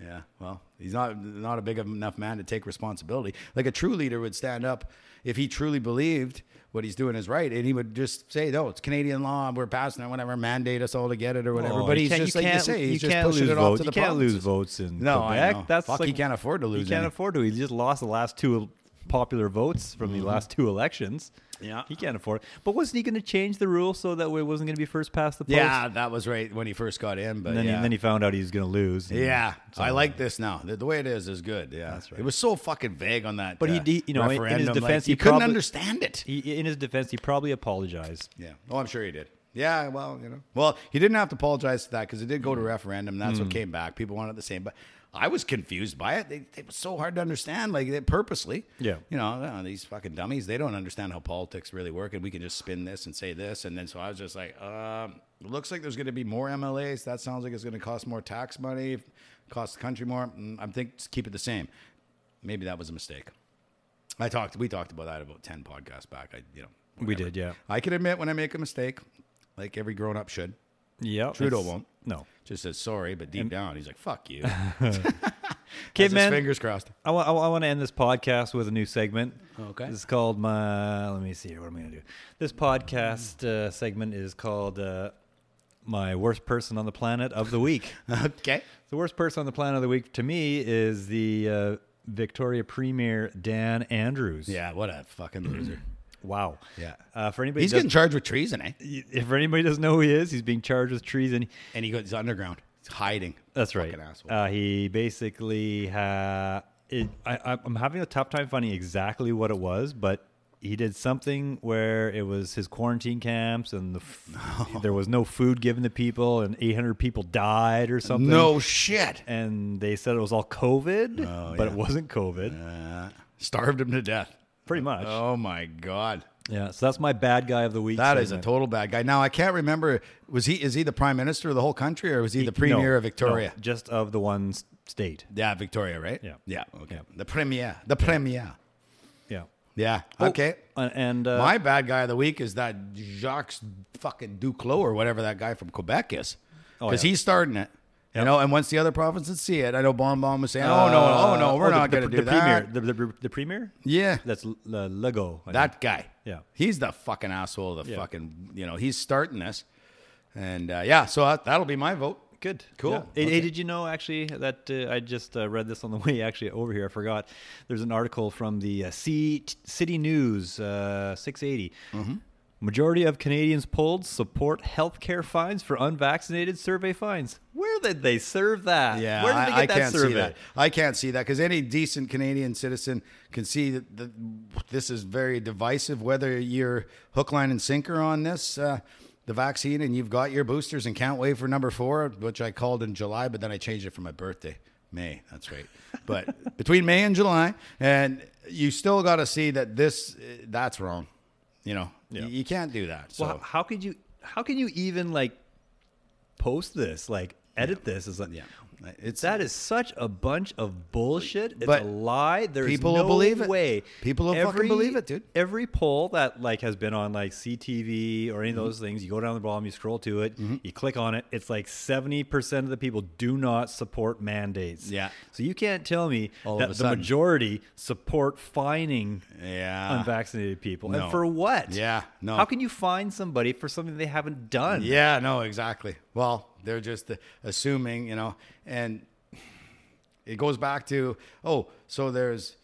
Yeah, well, he's not not a big enough man to take responsibility. Like a true leader would stand up if he truly believed what he's doing is right, and he would just say, "No, it's Canadian law. We're passing it. Whatever, mandate us all to get it or whatever." Oh, but you he's can't- just like you can't- say, he's you just can't pushing lose it off votes. to the You can't lose provinces. votes in No, I Quebec. know. That's Fuck, like, he can't afford to He lose can't any. afford to. He just lost the last two el- popular votes from the last two elections. Mm-hmm. Yeah. he can't afford. it. But wasn't he going to change the rule so that way it wasn't going to be first past the post? Yeah, that was right when he first got in, but And then, yeah. he, then he found out he was going to lose. and Yeah, so- I like this now. The, the way it is is good. Yeah, That's right. It was so fucking vague on that. But he uh, de- you know, in- in his referendum, like, defense, he, he couldn't probably- understand it. He, in his defense, he probably apologized. Yeah. Oh, I'm sure he did. Yeah. Well, you know. Well, he didn't have to apologize to that because it did go to Mm-hmm. referendum. That's what came back. People wanted the same, but I was confused by it. They, it was so hard to understand, like they, purposely. Yeah. You know, uh, these fucking dummies. They don't understand how politics really work, and we can just spin this and say this, and then so I was just like, um, looks like there's going to be more MLAs. That sounds like it's going to cost more tax money, cost the country more. Mm, I think just keep it the same. Maybe that was a mistake. I talked. We talked about that about ten podcasts back. I, you know, We did, yeah. I can admit when I make a mistake, like every grown up should. Yeah, Trudeau it's- won't. No, Just says sorry, but deep down he's like, "Fuck you." Has okay, his man. fingers crossed. I want to end this podcast with a new segment. Okay. It's called my. Let me see here. What am I going to do? This podcast uh, segment is called uh, "My Worst Person on the Planet of the Week." Okay. the worst person on the planet of the week to me is the uh, Victoria Premier Dan Andrews. Yeah. What a fucking loser. Wow. Yeah. Uh, for anybody, he's doesn't- getting charged with treason, eh? if anybody doesn't know who he is, he's being charged with treason. And he goes underground. He's hiding. That's right. Fucking asshole. Uh, he basically, ha- it, I, I- I'm having a tough time finding exactly what it was, but he did something where it was his quarantine camps and the f- there was no food given to people and 800 people died or something. no shit. And they said it was all COVID, Oh, but it wasn't COVID, Uh, starved him to death. pretty much. Oh my god. Yeah, so that's my bad guy of the week. That is a segment. total bad guy. Now I can't remember. Was he? Is he the prime minister of the whole country, or was he the premier No, of Victoria? no, just of the one s- state. Yeah, Victoria, right? Yeah. Yeah. Okay. Yeah. The premier. The premier. Yeah. Yeah. Okay. And, and, uh, My bad guy of the week is that Jacques fucking Duclos or whatever that guy from Quebec is, Oh, because yeah. he's starting it. You know, and once the other provinces see it, I know Bon Bon was saying, "Oh no, oh uh, no, we're the- not the- going to the do that." Premier, the, the, the premier? Yeah, That's L- uh, Lego. I think. that guy. Yeah. he's the fucking asshole. The Yeah. fucking you know, he's starting this, and uh, yeah, so that- that'll be my vote. Good. Cool. Yeah. Hey, hey, Okay. did you know actually that uh, I just uh, read this on the way actually over here? I forgot. There's an article from the uh, C- City News uh, 680. Mm-hmm. Majority of Canadians polled support healthcare fines for unvaccinated. Survey finds. Where did they serve that? Yeah, Where did I, they get I that can't survey? see that. I can't see that because any decent Canadian citizen can see that, that this is very divisive. Whether you're hook, line, and sinker on this, uh, the vaccine, and you've got your boosters and can't wait for number four, which I called in July, but then I changed it for my birthday, May. That's right. But between May and July, and you still got to see that this uh, that's wrong. You know, Yeah. you, you can't do that. So. Well, h- how could you? How can you even like post this? Like edit this? Is like yeah, it's That is such a bunch of bullshit. It's But a lie. There's people will no believe it. way. People will fucking believe it, dude. Every poll that like has been on like CTV or any of those things, you go down the bottom, you scroll to it, Mm-hmm. you click on it. It's like seventy percent of the people do not support mandates. Yeah. So you can't tell me All of that a the sudden. majority support fining yeah. unvaccinated people, no. and for what? Yeah, no. How can you fine somebody for something they haven't done? Yeah, no, exactly. Well, they're just assuming, you know, and it goes back to oh, so there's,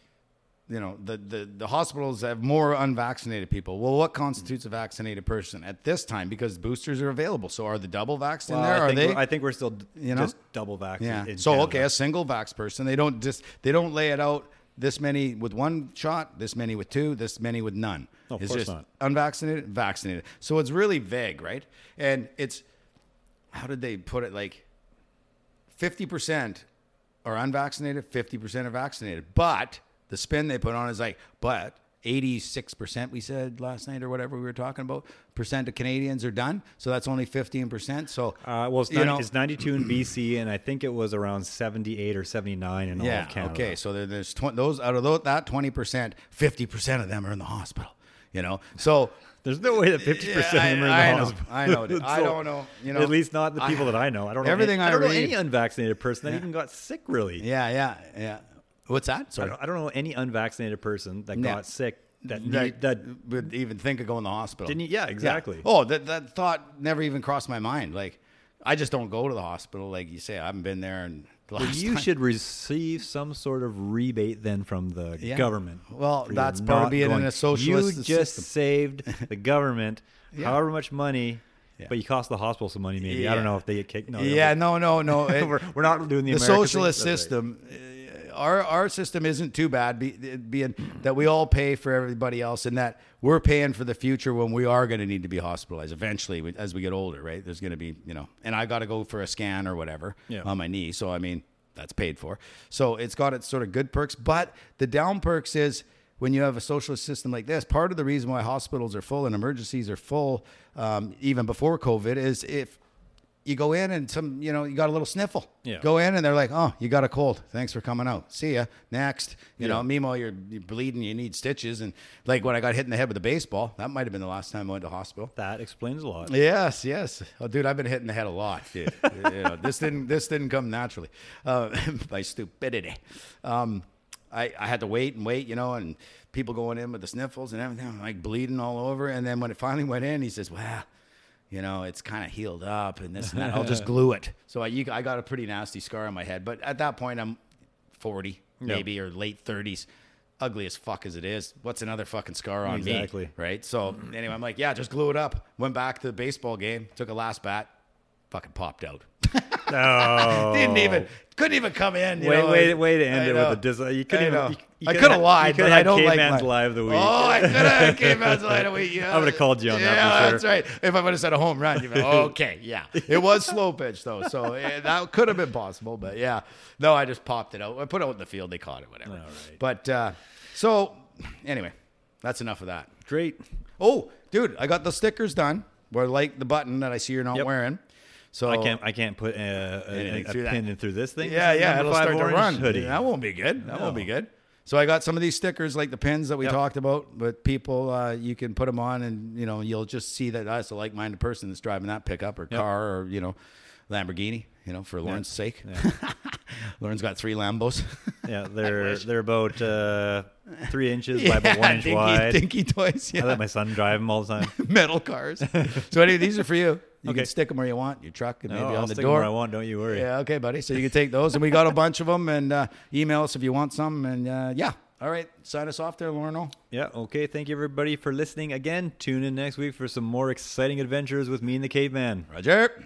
you know, the the, the hospitals have more unvaccinated people. Well, what constitutes a vaccinated person at this time? Because boosters are available. So are the double vaxxed in Well, there? I, Are think they? we're, I think we're still d- You know? just double vaccinated. yeah. So okay, a single vax person. They don't just they don't lay it out. This many with one shot, this many with two, this many with none. No, of it's course just not. unvaccinated, vaccinated. So it's really vague, right? And it's how did they put it? Like fifty percent are unvaccinated, fifty percent are vaccinated. But the spin they put on is like, but eighty-six percent we said last night or whatever we were talking about percent of Canadians are done. So that's only fifteen percent. So Uh, well, it's, you 90, know- it's 92 in BC, and I think it was around 78 or 79 in all of Canada. Okay, so there, there's tw- those out of those, that twenty percent, fifty percent of them are in the hospital. You know, so There's no way that 50% of Yeah, I- them are in I the know, hospital. I know, dude. I don't know, you know. at least not the I- people that I know. I don't know everything any, I I don't know read- any unvaccinated person that even got sick. Really, yeah, yeah, yeah. What's that? I, Sorry. don't, I don't know any unvaccinated person that Yeah. got sick that That, need, that would even think of going to the hospital. didn't. Yeah, exactly. Yeah. Oh, that that thought never even crossed my mind. Like, I just don't go to the hospital. Like you say, I haven't been there and the Well, last you time. should receive some sort of rebate then from the Yeah. government. Well, for that's your part of not being in going. a socialist You just system. saved the government Yeah. however much money, Yeah. but you cost the hospital some money. Maybe I Yeah. don't know if they get kicked. No, they don't yeah, get- no, no, no. It- we're, we're not doing the, the American thing. socialist That's right. system uh, our our system isn't too bad be, it being that we all pay for everybody else and that we're paying for the future when we are going to need to be hospitalized eventually we- as we get older right there's going to be you know and i got to go for a scan or whatever Um, Yeah. on my knee so i mean that's paid for so it's got its sort of good perks but the down perks is when you have a socialist system like this, part of the reason why hospitals are full and emergencies are full, um, even before COVID, is if you go in and some, you know, you got a little sniffle. Yeah. Go in and they're like, oh, you got a cold. Thanks for coming out. See ya. Next. You Yeah. know, meanwhile, you're, you're bleeding, you need stitches. And like when I got hit in the head with a baseball, that might have been the last time I went to hospital. That explains a lot. Yes, yes. Oh, dude, I've been hitting the head a lot, dude. you know, this didn't this didn't come naturally uh, by stupidity. Um, I, I had to wait and wait, you know, and people going in with the sniffles and everything, I'm like bleeding all over. And then when it finally went in, he says, "Well, you know, it's kind of healed up and this and that. I'll just glue it." So I you, I got a pretty nasty scar on my head, but at that point, I'm 40 maybe or late 30s. Ugly as fuck as it is, what's another fucking scar on me? Exactly. right? So anyway, I'm like, yeah, just glue it up. Went back to the baseball game, took a last bat, fucking popped out. No. Didn't even couldn't even come in. you Wait, know? wait, Oh. way to end I it know. with a dis. You couldn't I even. know. You, you I could've had- could have lied, you could've but had I don't like Caveman's my- live of the week. Oh, I could have caveman's live of the week. Yeah. I would've called you on that yeah, for sure. that's right. If I would have said a home run, you'd be like, okay, yeah. It was slow pitch though, so eh, that could have been possible. But yeah, no, I just popped it out. I put it out in the field. They caught it, whatever. right. But uh, so anyway, that's enough of that. Great. Oh, dude, I got the stickers done. Where like the button that I see you're not Yep. wearing. So I can't. I can't put uh, a, Oh. Anything a, a through that. pin in through this thing. Yeah, This is yeah, number it'll five start to orange run. Hoodie. That won't be good. That won't be good. So I got some of these stickers, like the pins that we Yep. talked about. But people, uh, you can put them on, and you know, you'll just see that that's a like-minded person that's driving that pickup or car or you know, Lamborghini. You know, for Lauren's sake. Lauren's got three Lambos. Yeah, they're they're about uh, three inches by about Yeah, one inch dinky, wide. dinky toys. I Yeah. let my son drive them all the time. metal cars. so anyway, these are for you. You Okay. can stick them where you want, your truck, and No, maybe Oh, I'll on the stick 'em where door. I want. Don't you worry. Yeah, okay, buddy. So you can take those, and we got a bunch of them. And uh, email us if you want some. And uh, yeah, all right, sign us off there, Lorno. Yeah, okay. Thank you everybody for listening again. Tune in next week for some more exciting adventures with me and the caveman. Roger.